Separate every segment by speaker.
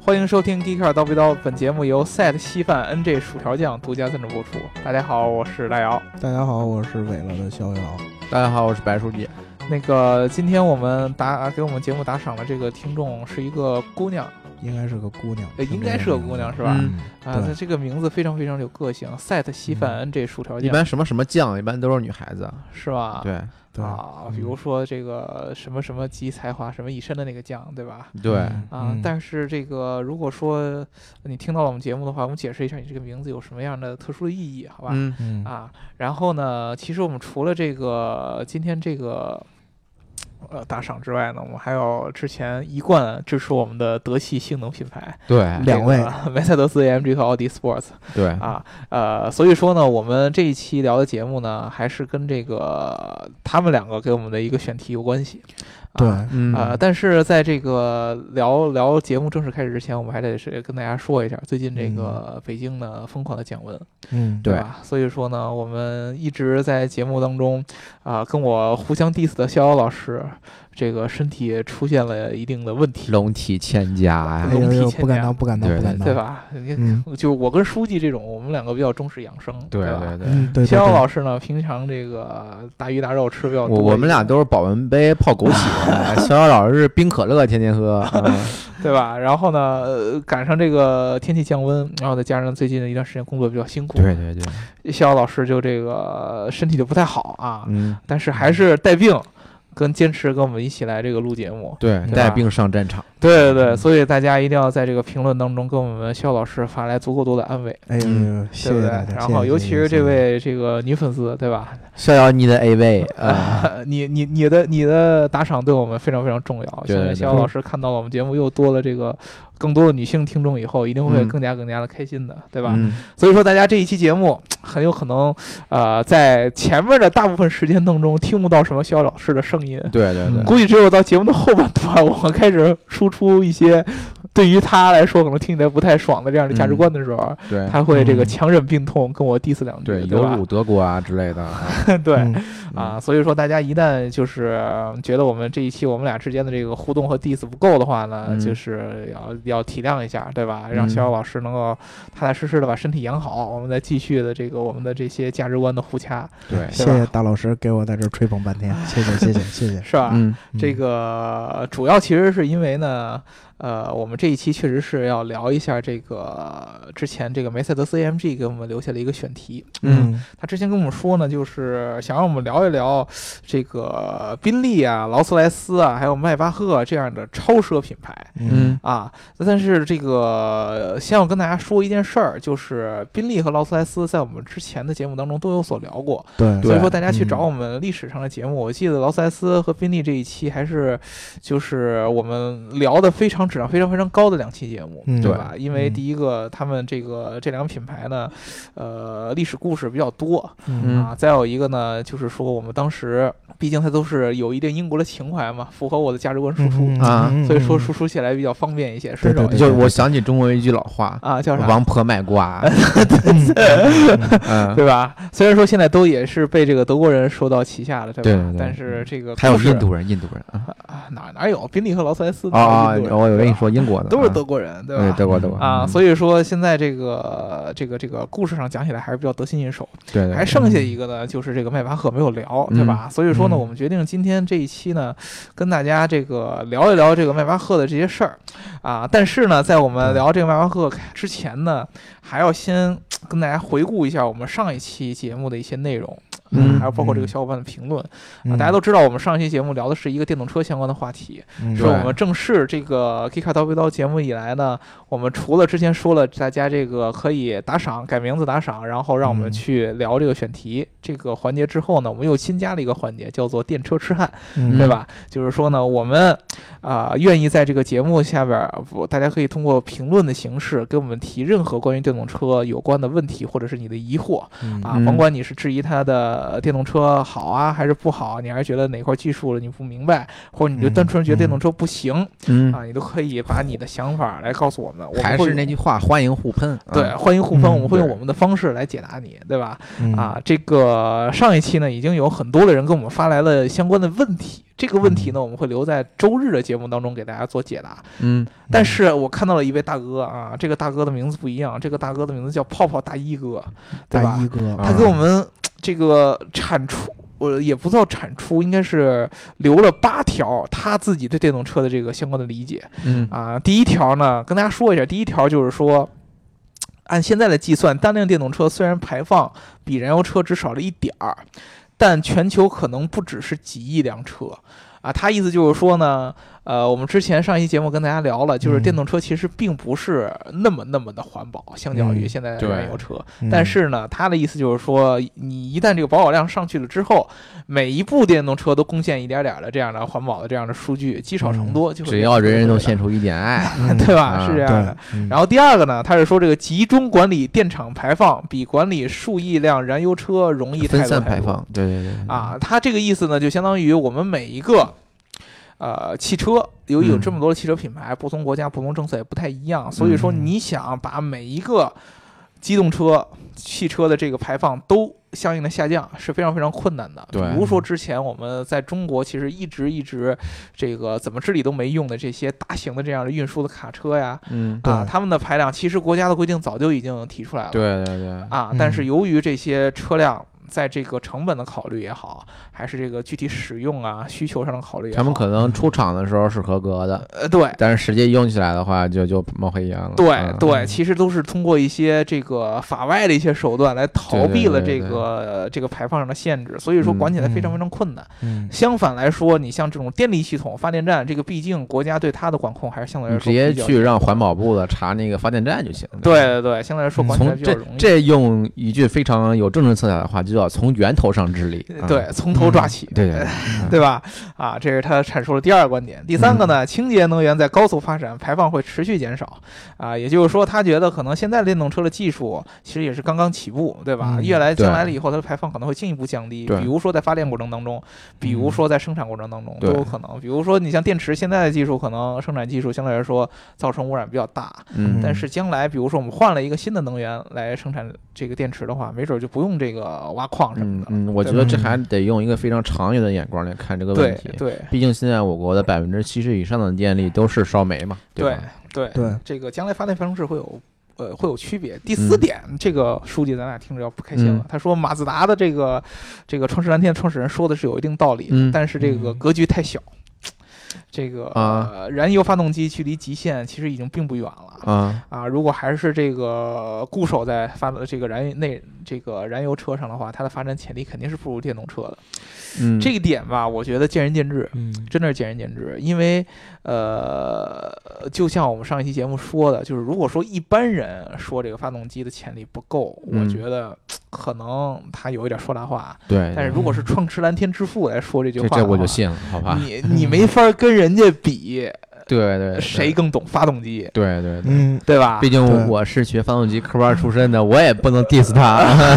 Speaker 1: 欢迎收听《DQ 刀逼刀》，本节目由 Set 稀饭 NG 薯条酱独家赞助播出。大家好，我是大姚。
Speaker 2: 大家好，我是伟了的逍遥。
Speaker 3: 大家好，我是白书记。
Speaker 1: 那个，今天我们打给我们节目打赏的这个听众是一个姑娘，
Speaker 2: 应该是个姑娘，
Speaker 1: 呃应该是个姑娘是吧
Speaker 3: 嗯
Speaker 1: 啊，她
Speaker 2: 对
Speaker 1: 这个名字非常非常有个性，Set 稀饭 NG 薯条
Speaker 3: 一
Speaker 1: 酱
Speaker 3: 般什么什么酱，一般都是女孩子。啊
Speaker 1: 是吧？
Speaker 3: 对
Speaker 2: 对
Speaker 1: 啊，
Speaker 2: 嗯
Speaker 1: 比如说这个什么什么集才华什么一身的那个酱，对吧？
Speaker 3: 对，
Speaker 1: 啊，
Speaker 2: 嗯
Speaker 1: 但是这个如果说你听到了我们节目的话，我们解释一下你这个名字有什么样的特殊的意义，好吧？
Speaker 3: 嗯
Speaker 2: 嗯
Speaker 1: 啊，然后呢，其实我们除了这个今天这个呃打赏之外呢，我们还有之前一贯支持我们的德系性能品牌
Speaker 3: 对
Speaker 2: 哎两位嗯
Speaker 1: 这 个梅赛德斯 AMG 和奥迪 Sports
Speaker 3: 对
Speaker 1: 啊，呃，所以说呢，我们这一期聊的节目呢，还是跟这个他们两个给我们的一个选题有关系。啊
Speaker 2: 对，
Speaker 3: 嗯
Speaker 1: 呃，但是在这个聊聊节目正式开始之前，我们还得是跟大家说一下，最近这个北京呢疯狂的降温，
Speaker 2: 嗯
Speaker 3: 对
Speaker 1: 吧？所以说呢，我们一直在节目当中啊、跟我互相 diss 的逍遥老师，这个身体出现了一定的问题，
Speaker 3: 龙体欠佳
Speaker 2: 哎
Speaker 3: 呀，
Speaker 2: 呦呦，
Speaker 1: 体欠
Speaker 2: 不敢
Speaker 1: 佳
Speaker 2: 当，不敢当，
Speaker 3: 对
Speaker 2: 不敢当，
Speaker 1: 对？吧？你
Speaker 2: 嗯
Speaker 1: 就我跟书记这种，我们两个比较重视养生，
Speaker 3: 对
Speaker 1: 吧？
Speaker 3: 对对。
Speaker 2: 嗯，对，对
Speaker 1: 逍遥
Speaker 2: 对
Speaker 1: 老师呢，平常这个大鱼大肉吃比较多一
Speaker 3: 我
Speaker 1: 些，
Speaker 3: 我们俩都是保温杯泡枸杞，哎逍遥老师是冰可乐，天天喝。嗯
Speaker 1: 对吧？然后呢，呃赶上这个天气降温，然后再加上最近的一段时间工作比较辛苦，
Speaker 3: 对对对，
Speaker 1: 逍遥老师就这个身体就不太好啊，
Speaker 3: 嗯，
Speaker 1: 但是还是带病，跟坚持跟我们一起来这个录节目。
Speaker 3: 对，
Speaker 1: 吧
Speaker 3: 带病上战场。
Speaker 1: 对对
Speaker 2: 嗯
Speaker 1: 对，所以大家一定要在这个评论当中跟我们肖老师发来足够多的安慰，
Speaker 2: 哎呦
Speaker 3: 嗯
Speaker 2: 呦，谢
Speaker 1: 对不
Speaker 2: 谢
Speaker 1: 对
Speaker 2: 大家。？
Speaker 1: 然
Speaker 2: 谢
Speaker 1: 后
Speaker 2: 谢
Speaker 1: 尤
Speaker 2: 谢
Speaker 1: 其
Speaker 2: 谢
Speaker 1: 是
Speaker 2: 谢
Speaker 1: 这
Speaker 2: 谢
Speaker 1: 位这个女粉丝，对吧？呃
Speaker 3: 逍遥，你的 A 位啊，
Speaker 1: 你你你的你的打赏对我们非常非常重要。
Speaker 3: 对
Speaker 1: 相信
Speaker 3: 对
Speaker 1: 肖老师看到了我们节目又多了这个更多的女性听众以后，一定会
Speaker 3: 嗯
Speaker 1: 更加更加的开心的，对
Speaker 3: 对
Speaker 2: 嗯
Speaker 1: 吧？？所以说，大家这一期节目很有可能，呃，在前面的大部分时间当中听不到什么肖老师的声音，
Speaker 3: 对对对
Speaker 2: 嗯，
Speaker 1: 估计只有到节目的后半段，我们开始输出一些对于他来说可能听起来不太爽的这样的价值观的时候，
Speaker 3: 对嗯
Speaker 1: 他会这个
Speaker 2: 嗯
Speaker 1: 强忍病痛跟我 diss 两句，
Speaker 3: 对，
Speaker 1: 对
Speaker 3: 有
Speaker 1: 吧
Speaker 3: 辱？德国啊之类的啊。
Speaker 1: 对。
Speaker 2: 嗯
Speaker 1: 啊，所以说大家一旦就是呃觉得我们这一期我们俩之间的这个互动和 diss 不够的话呢，
Speaker 3: 嗯
Speaker 1: 就是要要体谅一下，对吧？让
Speaker 3: 嗯
Speaker 1: 逍遥老师能够踏踏实实的把身体养好，我们再继续的这个我们的这些价值观的互掐，
Speaker 3: 对，
Speaker 2: 谢
Speaker 1: 吧
Speaker 2: 谢大老师给我在这儿吹捧半天，谢谢谢谢谢 谢。
Speaker 1: 是吧？
Speaker 3: 嗯，
Speaker 1: 这
Speaker 2: 嗯
Speaker 1: 个主要其实是因为呢，呃，我们这一期确实是要聊一下这个之前这个梅赛德斯 AMG 给我们留下了一个选题，
Speaker 3: 嗯
Speaker 2: 嗯
Speaker 1: 他之前跟我们说呢，就是想让我们聊一聊这个宾利啊、劳斯莱斯啊，还有迈巴赫这样的超奢品牌
Speaker 3: 嗯
Speaker 1: 啊。但是这个呃先要跟大家说一件事儿，就是宾利和劳斯莱斯在我们之前的节目当中都有所聊过，
Speaker 2: 对
Speaker 1: 所以
Speaker 3: 对
Speaker 1: 说大家去找
Speaker 2: 嗯
Speaker 1: 我们历史上的节目，我记得劳斯莱斯和宾利这一期还是就是我们聊的非常质量非常非常高的两期节目，
Speaker 2: 嗯
Speaker 1: 对
Speaker 3: 对
Speaker 1: 吧？因为
Speaker 2: 嗯
Speaker 1: 第一个他们这个这两个品牌呢，呃，历史故事比较多。
Speaker 2: 嗯
Speaker 1: 啊，再有一个呢，就是说我们当时，毕竟它都是有一定英国的情怀嘛，符合我的价值观输出，
Speaker 2: 嗯
Speaker 3: 啊
Speaker 2: 嗯
Speaker 1: 所以说
Speaker 2: 嗯
Speaker 1: 输出起来比较方便一些，顺手
Speaker 2: 对
Speaker 1: 一
Speaker 2: 对
Speaker 1: 些
Speaker 3: 就我想起中国一句老话，
Speaker 1: 啊，叫啥？
Speaker 3: 王婆卖瓜。
Speaker 2: 嗯嗯嗯
Speaker 3: 嗯，
Speaker 1: 对吧？虽然说现在都也是被这个德国人收到旗下了，对吧？
Speaker 3: 对对对嗯
Speaker 1: 但是这个
Speaker 3: 还有
Speaker 1: 故事
Speaker 3: 印度人，印度人啊
Speaker 1: 啊，哪哪有宾利和劳斯莱斯哪有
Speaker 3: 啊！
Speaker 1: 印度人
Speaker 3: 我有
Speaker 1: 对
Speaker 3: 跟你
Speaker 1: 吧
Speaker 3: 说，英国的
Speaker 1: 都是德
Speaker 3: 国，
Speaker 1: 国人，对
Speaker 3: 对
Speaker 1: 吧？
Speaker 3: 德国德嗯国
Speaker 1: 啊，所
Speaker 3: 以
Speaker 1: 以说现在这个这个这个故事上讲起来还是比较得心应手。
Speaker 3: 对对嗯
Speaker 1: 还剩下一个呢，就是这个迈巴赫没有聊，对吧？所以说呢，
Speaker 2: 嗯
Speaker 1: 我们决定今天这一期呢，跟大家这个聊一聊这个迈巴赫的这些事儿啊。但是呢，在我们
Speaker 2: 对
Speaker 3: 嗯
Speaker 1: 聊这个迈巴赫之前呢，还要先跟大家回顾一下我们上一期节目的一些内容，
Speaker 3: 嗯
Speaker 1: 还有包括这个
Speaker 2: 嗯
Speaker 1: 小伙伴的评论、 啊。
Speaker 2: 嗯
Speaker 1: 大家都知道，我们上一期节目聊的是一个电动车相关的话题，
Speaker 2: 嗯
Speaker 1: 是
Speaker 3: 对
Speaker 1: 我们正式这个 Kika 刀背刀节目以来呢，我们除了之前说了大家这个可以打赏改名字打赏，然后让我们
Speaker 2: 嗯
Speaker 1: 去聊这个选题、这个环节之后呢，我们又新加了一个环节，叫做电车痴汉，
Speaker 2: 嗯
Speaker 1: 对吧？就是说呢，我们啊、愿意在这个节目下边儿，不，大家可以通过评论的形式给我们提任何关于电动车有关的问题，或者是你的疑惑。
Speaker 2: 嗯
Speaker 1: 啊，
Speaker 3: 嗯
Speaker 1: 甭管你是质疑它的呃电动车好啊还是不好，你还是觉得哪块技术了你不明白，或者你就单纯觉得电动车不行、
Speaker 3: 嗯，
Speaker 1: 啊，你都可以把你的想法来告诉我们。我们
Speaker 3: 还
Speaker 1: 会
Speaker 3: 是那句话，欢迎互喷。啊
Speaker 1: 对，，欢迎互喷，
Speaker 2: 嗯
Speaker 1: 我们会用
Speaker 3: 对
Speaker 1: 我们的方式来解答你，对吧？
Speaker 2: 嗯
Speaker 1: 啊，，这个上一期呢，已经有很多的人跟我们发来了相关的问题。这个问题呢，我们会留在周日的节目当中给大家做解答。
Speaker 3: 嗯，
Speaker 1: 但是我看到了一位大哥啊，这个大哥的名字不一样，这个大哥的名字叫泡泡大衣哥，对
Speaker 2: 大
Speaker 1: 吧？
Speaker 2: 衣哥，
Speaker 1: 他给我们这个产出，我也不知道产出，应该是留了八条他自己对电动车的这个相关的理解
Speaker 3: 嗯，
Speaker 1: 啊。第一条呢，跟大家说一下，第一条就是说。按现在的计算，单辆电动车虽然排放比燃油车只少了一点儿，但全球可能不只是几亿辆车啊。他意思就是说呢，呃，我们之前上一期节目跟大家聊了，就是
Speaker 2: 嗯
Speaker 1: 电动车其实并不是那么那么的环保，相较于
Speaker 2: 嗯
Speaker 1: 现在的
Speaker 3: 对
Speaker 1: 燃油车。
Speaker 2: 嗯
Speaker 1: 但是呢，他的意思就是说，你一旦这个保有量上去了之后，每一部电动车都贡献一点点儿的这样的环保的这样的数据，积少成多，就会
Speaker 3: 只要人人都献
Speaker 1: 出，
Speaker 3: 出一点爱，
Speaker 2: 嗯
Speaker 1: 对吧？
Speaker 3: 嗯
Speaker 1: 是这样的。
Speaker 2: 对嗯
Speaker 1: 然后第二个呢，他是说这个集中管理电厂排放比管理数亿辆燃油车容易太
Speaker 3: 分
Speaker 1: 多
Speaker 3: 散
Speaker 1: 太
Speaker 3: 排
Speaker 1: 多
Speaker 3: 放。对对对，
Speaker 1: 啊。他这个意思呢，就相当于我们每一个。呃，汽车由于有
Speaker 2: 嗯
Speaker 1: 这么多的汽车品牌，不同国家、不同政策也不太一样，所以说
Speaker 2: 嗯
Speaker 1: 你想把每一个机动车、汽车的这个排放都相应的下降是非常非常困难的。
Speaker 3: 对
Speaker 1: 比如说之前我们在中国其实一直一直这个怎么治理都没用的这些大型的这样的运输的卡车呀，
Speaker 3: 嗯，
Speaker 1: 啊，
Speaker 2: 对
Speaker 1: 他们的排量其实国家的规定早就已经提出来了。
Speaker 3: 对对对，
Speaker 1: 啊，但是
Speaker 2: 嗯
Speaker 1: 由于这些车辆在这个成本的考虑也好，还是这个具体使用啊需求上的考虑也好，
Speaker 3: 他们可能出厂的时候是合格的，
Speaker 1: 呃对。
Speaker 3: 但是实际用起来的话就就貌合一样了。
Speaker 1: 对
Speaker 3: 嗯
Speaker 1: 对，其实都是通过一些这个法外的一些手段来逃
Speaker 3: 对对
Speaker 1: 避了
Speaker 3: 对
Speaker 1: 这
Speaker 3: 对
Speaker 1: 个这个排放上的限制，所以说管起来非常
Speaker 2: 嗯
Speaker 1: 非常困难。
Speaker 2: 嗯
Speaker 1: 相反来说，你像这种电力系统、发电站，这个毕竟国家对它的管控还是相对
Speaker 3: 你
Speaker 1: 来
Speaker 3: 直
Speaker 1: 说
Speaker 3: 接
Speaker 1: 比较
Speaker 3: 去让环保部的查那个发电站就行。啊
Speaker 1: 对对对，相对来说管起来
Speaker 3: 嗯从
Speaker 1: 比较
Speaker 3: 这
Speaker 1: 容易。
Speaker 3: 这用一句非常有政治色彩的话，就叫从源头上治理。啊
Speaker 1: 对，从头抓
Speaker 2: 嗯
Speaker 1: 起。
Speaker 3: 对对，
Speaker 1: 对吧？啊，这是他阐述了第二个观点。第三个
Speaker 3: 嗯
Speaker 1: 呢，清洁能源在高速发展，排放会持续减少。啊，也就是说，他觉得可能现在电动车的技术其实也是刚刚起步，对吧？
Speaker 2: 嗯
Speaker 1: 越来
Speaker 3: 对
Speaker 1: 将来了以后，它的排放可能会进一步降低，
Speaker 3: 对嗯
Speaker 1: 比如说在发电过程当中，比如说在生产过程当中都
Speaker 3: 对
Speaker 1: 有可能。比如说，你像电池现在的技术，可能生产技术相对来说造成污染比较大，
Speaker 3: 嗯，
Speaker 1: 但是将来比如说我们换了一个新的能源来生产这个电池的话，没准就不用这个挖矿什么
Speaker 3: 嗯
Speaker 1: 的。
Speaker 3: 嗯，我觉
Speaker 1: 对
Speaker 3: 得
Speaker 1: 吧
Speaker 3: 这还得用一个非常长远的眼光来看这个问
Speaker 1: 对
Speaker 3: 题。
Speaker 1: 对
Speaker 3: 毕竟现在我国的百分之七十以上的电力都是烧煤嘛，
Speaker 1: 对
Speaker 3: 吧？
Speaker 1: 对
Speaker 2: 对，
Speaker 1: 这个将来发电方式会有呃会有区别。第四
Speaker 3: 嗯
Speaker 1: 点，这个书记咱俩听着要不开心了。
Speaker 3: 嗯
Speaker 1: 他说马自达的这个这个创世蓝天的创始人说的是有一定道理的，
Speaker 3: 嗯
Speaker 1: 但是这个
Speaker 2: 嗯
Speaker 1: 格局太小。这个、
Speaker 3: 啊
Speaker 1: 呃燃油发动机距离极限其实已经并不远了
Speaker 3: 啊，
Speaker 1: 啊！如果还是这个固守在发这个燃油内这个燃油车上的话，它的发展潜力肯定是不如电动车的。
Speaker 3: 嗯，
Speaker 1: 这一点吧，我觉得见仁见智。
Speaker 2: 嗯
Speaker 1: 真的是见仁见智，因为呃，就像我们上一期节目说的，就是如果说一般人说这个发动机的潜力不够，我
Speaker 3: 嗯
Speaker 1: 觉得可能他有一点说大话。
Speaker 3: 对，
Speaker 1: 但是如果是创驰蓝天之父来说这句
Speaker 3: 这
Speaker 1: 话的
Speaker 3: 这我就
Speaker 1: 话
Speaker 3: 信了，好吧？
Speaker 1: 你你没法跟人家比，
Speaker 3: 对对，对
Speaker 1: 谁？更懂发动机，
Speaker 3: 对对对，
Speaker 2: 嗯
Speaker 1: 对啊吧
Speaker 3: 毕？
Speaker 2: 对
Speaker 3: 竟我是学发动机科班出身的，我也不能 diss 他。啊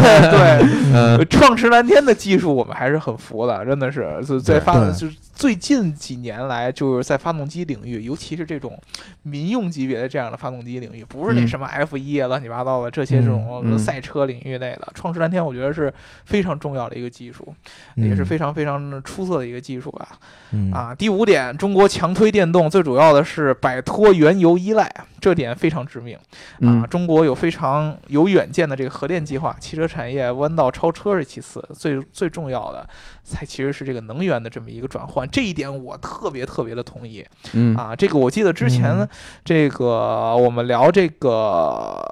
Speaker 1: 对，
Speaker 3: 嗯，
Speaker 1: 创驰蓝天的技术我们还是很服的，真的是就在
Speaker 3: 对
Speaker 1: 发
Speaker 2: 对
Speaker 1: 就是最近几年来，就是在发动机领域，尤其是这种民用级别的这样的发动机领域，不是那
Speaker 3: 嗯
Speaker 1: 什么 F 一啊、乱七八糟的这些这
Speaker 3: 嗯
Speaker 1: 种
Speaker 3: 嗯
Speaker 1: 赛车领域内的，创驰蓝天我觉得是非常重要的一个技术，
Speaker 2: 嗯
Speaker 1: 也是非常非常出色的一个技术吧。
Speaker 2: 嗯
Speaker 1: 啊，第五点，中国强推电动，最主要的是摆脱原油依赖，这点非常致命。啊，
Speaker 3: 嗯
Speaker 1: 中国有非常有远见的这个核电计划，汽车产业弯道超车是其次，最最重要的才其实是这个能源的这么一个转换，这一点我特别特别的同意
Speaker 3: 嗯
Speaker 1: 啊。这个我记得之前、
Speaker 2: 嗯
Speaker 1: 这个我们聊这个。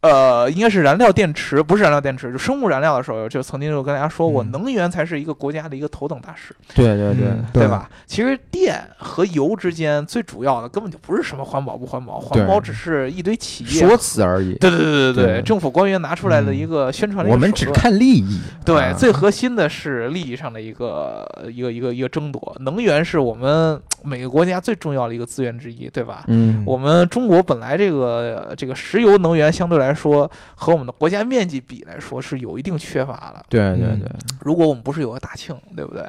Speaker 1: 呃，应该是燃料电池，不是燃料电池，就生物燃料的时候，就曾经就跟大家说过，
Speaker 2: 嗯
Speaker 1: 能源才是一个国家的一个头等大事。
Speaker 3: 对对对，
Speaker 2: 嗯
Speaker 1: 对吧？其实电和油之间最主要的根本就不是什么环保不环保，环保只是一堆企业
Speaker 3: 说辞而已，
Speaker 1: 对对对对对，
Speaker 3: 对
Speaker 1: 政府官员拿出来的一
Speaker 2: 嗯
Speaker 1: 个宣传的一个
Speaker 3: 我们
Speaker 1: 手
Speaker 3: 只
Speaker 1: 段
Speaker 3: 看利益。
Speaker 1: 对
Speaker 3: 啊
Speaker 1: 最核心的是利益上的一个一个一个一个争夺，能源是我们每个国家最重要的一个资源之一，对吧？
Speaker 3: 嗯
Speaker 1: 我们中国本来这个这个石油能源相对来来说，和我们的国家面积比来说是有一定缺乏的。
Speaker 3: 对对对，
Speaker 1: 如果我们不是有个大庆，对不对？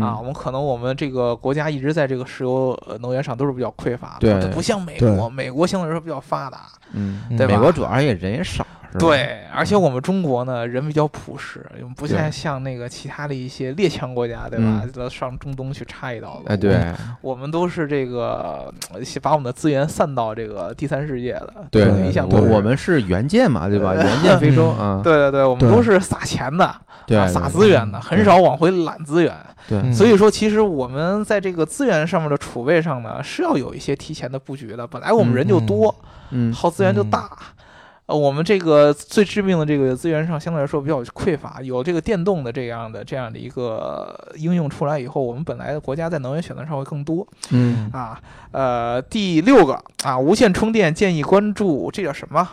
Speaker 1: 嗯啊，我们可能我们这个国家一直在这个石油呃能源上都是比较匮乏的，
Speaker 3: 对
Speaker 1: 它不像美国，美国相对来说比较发达，
Speaker 3: 嗯，
Speaker 1: 对吧
Speaker 3: 美国主要也人也少，是吧？嗯
Speaker 1: 对，而且我们中国呢人比较朴实，我们不太像那个其他的一些列强国家，对吧？上中东去插一刀子，
Speaker 3: 嗯哎对，
Speaker 1: 我们都是这个呃把我们的资源散到这个第三世界的，
Speaker 3: 对
Speaker 1: 一向
Speaker 3: 我
Speaker 1: 都是
Speaker 3: 我。们是援建嘛，对吧？援建非 洲啊，
Speaker 1: 对对对，我们
Speaker 2: 对
Speaker 1: 都是撒钱的，
Speaker 3: 对
Speaker 1: 啊
Speaker 3: 对嗯
Speaker 1: 撒资源的，很少往回揽资源。
Speaker 3: 对
Speaker 2: 嗯
Speaker 1: 所以说，其实我们在这个资源上面的储备上呢，是要有一些提前的布局的。本来我们人就多，
Speaker 3: 嗯
Speaker 1: 耗资源就大。呃，我们这个最致命的这个资源上相对来说比较匮乏，有这个电动的这样的这样的一个应用出来以后，我们本来的国家在能源选择上会更多
Speaker 3: 嗯
Speaker 1: 啊。呃，第六个啊，无线充电建议关注这叫什么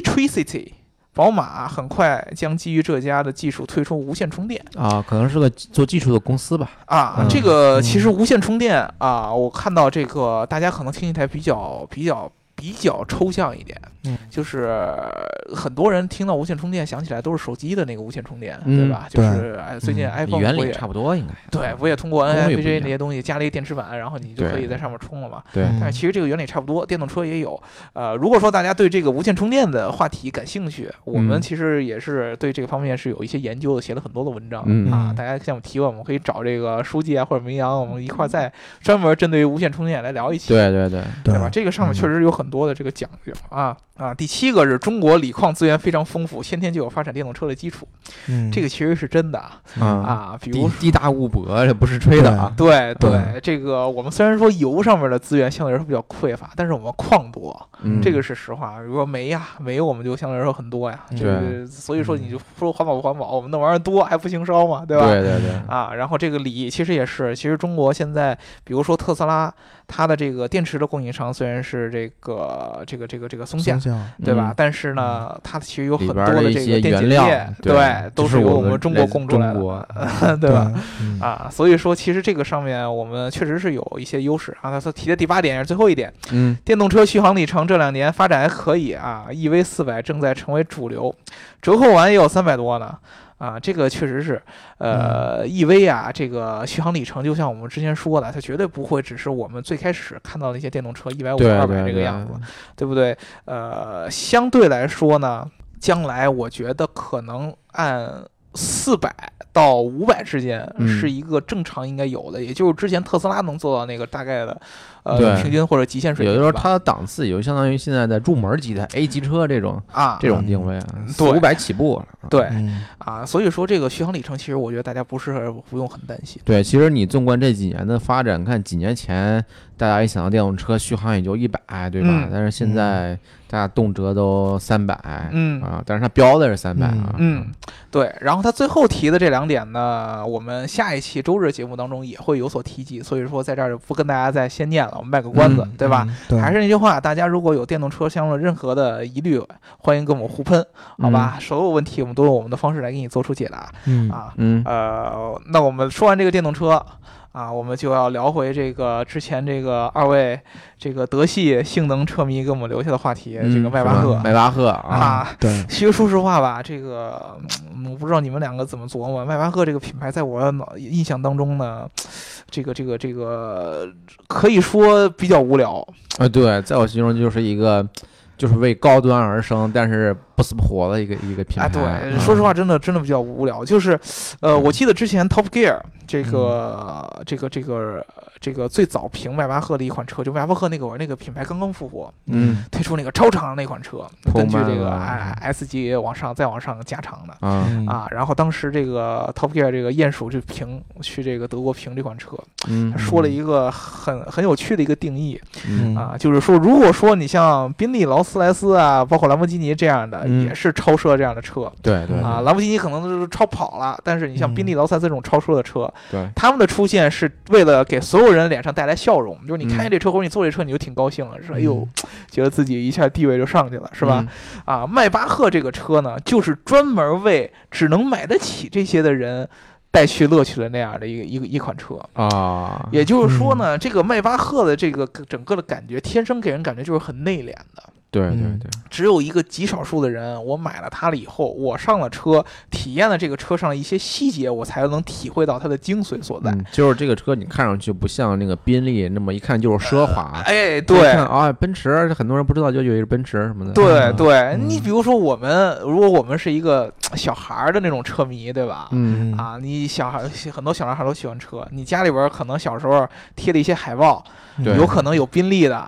Speaker 1: ？WeTricity，宝马很快将基于这家的技术推出无线充电。
Speaker 3: 啊，可能是个做技术的公司吧，
Speaker 1: 啊，
Speaker 3: 嗯
Speaker 1: 这个其
Speaker 2: 嗯
Speaker 1: 实无线充电啊，我看到这个大家可能听起来比较比较比较抽象一点，
Speaker 2: 嗯
Speaker 1: 就是呃很多人听到无线充电想起来都是手机的那个无线充电，
Speaker 3: 嗯
Speaker 1: 对吧？就
Speaker 2: 对
Speaker 1: 是哎，最近
Speaker 2: 嗯
Speaker 1: iPhone
Speaker 3: 原
Speaker 1: 我
Speaker 3: 理
Speaker 1: 也
Speaker 3: 差不多应该。
Speaker 1: 对，我也通过
Speaker 3: 功率不一
Speaker 1: NFJ
Speaker 3: 样
Speaker 1: 那些东西加了一个电池板，然后你就
Speaker 3: 对
Speaker 1: 可以在上面充了嘛。
Speaker 3: 对
Speaker 1: 但是其实这个原理差不多，电动车也有。呃，如果说大家对这个无线充电的话题感兴趣，我们
Speaker 3: 嗯
Speaker 1: 其实也是对这个方面是有一些研究的，写了很多的文章、
Speaker 3: 嗯
Speaker 1: 啊。
Speaker 2: 嗯
Speaker 1: 大家向我提问，我们可以找这个书记啊或者明阳，我们一块儿再专门针对于无线充电来聊一期。
Speaker 3: 对对对，嗯
Speaker 2: 对
Speaker 1: 对吧？这个上面确实有很多的这个讲究啊啊！第七个是中国锂矿资源非常丰富，先天就有发展电动车的基础，
Speaker 2: 嗯
Speaker 1: 这个其实是真的啊
Speaker 3: 嗯
Speaker 1: 啊。比如
Speaker 3: 地
Speaker 1: 说
Speaker 3: 地大物博，这不是吹的啊。
Speaker 1: 对对，
Speaker 2: 嗯
Speaker 1: 这个我们虽然说油上面的资源相对来说比较匮乏，但是我们矿多，
Speaker 3: 嗯
Speaker 1: 这个是实话。如果煤呀，煤我们就相对来说很多呀，
Speaker 2: 嗯
Speaker 1: 这个所以说你就说环保不环保，我们那玩意儿多还不兴烧嘛，对吧？
Speaker 3: 嗯对对对，
Speaker 1: 啊，然后这个锂其实也是，其实中国现在，比如说特斯拉，它的这个电池的供应商虽然是这个这个这个这个松下
Speaker 2: 松，下
Speaker 1: 对吧？
Speaker 3: 嗯
Speaker 1: 但是呢，它其实有很
Speaker 3: 里
Speaker 1: 多
Speaker 3: 边儿
Speaker 1: 的
Speaker 3: 的一
Speaker 1: 这
Speaker 3: 些
Speaker 1: 个电解
Speaker 3: 原料
Speaker 1: 液，，都
Speaker 3: 是
Speaker 1: 由
Speaker 3: 我
Speaker 1: 们中国供出来
Speaker 3: 中
Speaker 1: 的，
Speaker 3: 国
Speaker 1: 对吧？？
Speaker 2: 嗯
Speaker 1: 啊，所以说其实这个上面我们确实是有一些优势啊。他提的第八点也是最后一点，
Speaker 3: 嗯
Speaker 1: 电动车续航里程这两年发展还可以啊，EV 四百正在成为主流，折扣完也有三百多呢。啊，这个确实是，呃、e
Speaker 3: 嗯
Speaker 1: v 啊，这个续航里程就像我们之前说的，它绝对不会只是我们最开始看到的一些电动车一百五、
Speaker 3: 对
Speaker 1: 二百
Speaker 3: 对
Speaker 1: 这个
Speaker 3: 对
Speaker 1: 样子，对不对？呃，相对来说呢，将来我觉得可能按四百到五百之间
Speaker 3: 嗯
Speaker 1: 是一个正常应该有的，也就是之前特斯拉能做到那个大概的
Speaker 3: 对
Speaker 1: 呃平均或者极限水
Speaker 3: 嗯有
Speaker 1: 平
Speaker 3: 的
Speaker 1: 吧。
Speaker 3: 时候它的档次也就相当于现在的入门级的 A 级车这种
Speaker 1: 啊，
Speaker 3: 这种定位啊，
Speaker 1: 嗯
Speaker 3: 四
Speaker 1: 对
Speaker 3: 五百起步。
Speaker 1: 对
Speaker 2: 嗯
Speaker 1: 啊，所以说这个续航里程，其实我觉得大家不是不用很担心。
Speaker 3: 对，其实你纵观这几年的发展，看几年前大家一想到电动车续航也就一百，对吧？
Speaker 1: 嗯
Speaker 3: 但是现在大家动辄都三百、
Speaker 1: 嗯
Speaker 3: 啊，但是它标的是三百啊。
Speaker 1: 嗯，对。然后他最后提的这两点呢，我们下一期周日节目当中也会有所提及，所以说在这儿就不跟大家再先念了，我们卖个关子，
Speaker 3: 嗯
Speaker 1: 对吧？？
Speaker 2: 对，
Speaker 1: 还是那句话，大家如果有电动车相关的任何的疑虑，欢迎跟我们互喷，好吧？所有问题我们都用我们的方式来给你做出解答
Speaker 2: 嗯
Speaker 1: 啊。
Speaker 3: 嗯，
Speaker 1: 呃，那我们说完这个电动车啊，我们就要聊回这个之前这个二位这个德系性能车迷给我们留下的话题，这个
Speaker 3: 嗯
Speaker 1: 迈巴
Speaker 3: 是
Speaker 1: 赫
Speaker 3: 吧迈巴赫啊，
Speaker 1: 啊。
Speaker 2: 嗯对，
Speaker 1: 其实说实话吧，这个嗯我不知道你们两个怎么琢磨。迈巴赫这个品牌，在我脑印象当中呢，这个这个这个可以说比较无聊。
Speaker 3: 啊，对，在我心中就是一个，就是为高端而生，但是不死不活的一个一个品牌。
Speaker 1: 啊，对，
Speaker 3: 嗯
Speaker 1: 说实话，真的真的比较无聊。就是，呃，我记得之前 Top Gear 这个、
Speaker 3: 嗯
Speaker 1: 这个这个这个最早评迈巴赫的一款车，就迈巴赫那个那个品牌刚刚复活，
Speaker 3: 嗯
Speaker 1: 推出那个超长的那款 车，
Speaker 3: 头
Speaker 1: 根据这个
Speaker 3: 曼
Speaker 1: 哎
Speaker 3: 啊
Speaker 1: S 级往上再往上加长的。
Speaker 3: 啊，
Speaker 2: 嗯
Speaker 1: 啊，然后当时这个 Top Gear 这个鼹鼠去评去这个德国评这款车，
Speaker 3: 嗯
Speaker 1: 他，说了一个很很有趣的一个定义，
Speaker 3: 嗯
Speaker 2: 嗯
Speaker 1: 啊，就是说，如果说你像宾利、劳斯莱斯啊，包括兰博基尼这样的，
Speaker 3: 嗯
Speaker 1: 也是超车这样的车
Speaker 3: 对对
Speaker 1: 啊，兰博基尼可能都是超跑了，但是你像
Speaker 2: 嗯
Speaker 1: 宾利、劳斯莱斯这种超车的车，
Speaker 3: 对，
Speaker 1: 他们的出现是为了给所有人脸上带来笑容，就是你
Speaker 3: 嗯
Speaker 1: 看见这车或者你坐这车，你就挺高兴了，说哎呦
Speaker 2: 嗯，
Speaker 1: 觉得自己一下地位就上去了，是吧？？啊，迈巴赫这个车呢，就是专门为只能买得起这些的人带去乐趣的那样的一个一个一款车。
Speaker 3: 嗯啊，
Speaker 1: 也就是说呢，这个迈巴赫的这个整个的感觉，天生给人感觉就是很内敛的，
Speaker 3: 对对
Speaker 2: 嗯
Speaker 3: 对，
Speaker 1: 只有一个极少数的人，我买了它了以后，我上了车，体验了这个车上的一些细节，我才能体会到它的精髓所在。
Speaker 3: 嗯，就是这个车你看上去不像那个宾利那么一看就是奢华，
Speaker 1: 哎，
Speaker 3: 一
Speaker 1: 对
Speaker 3: 看。啊，奔驰很多人不知道就以为是奔驰什么的，
Speaker 1: 对
Speaker 3: 嗯
Speaker 1: 对，你比如说我们，如果我们是一个小孩儿的那种车迷，对吧？
Speaker 3: 嗯，
Speaker 1: 啊，你小孩很多小男孩都喜欢车，你家里边儿可能小时候贴了一些海报，
Speaker 3: 对
Speaker 1: 有可能有宾利的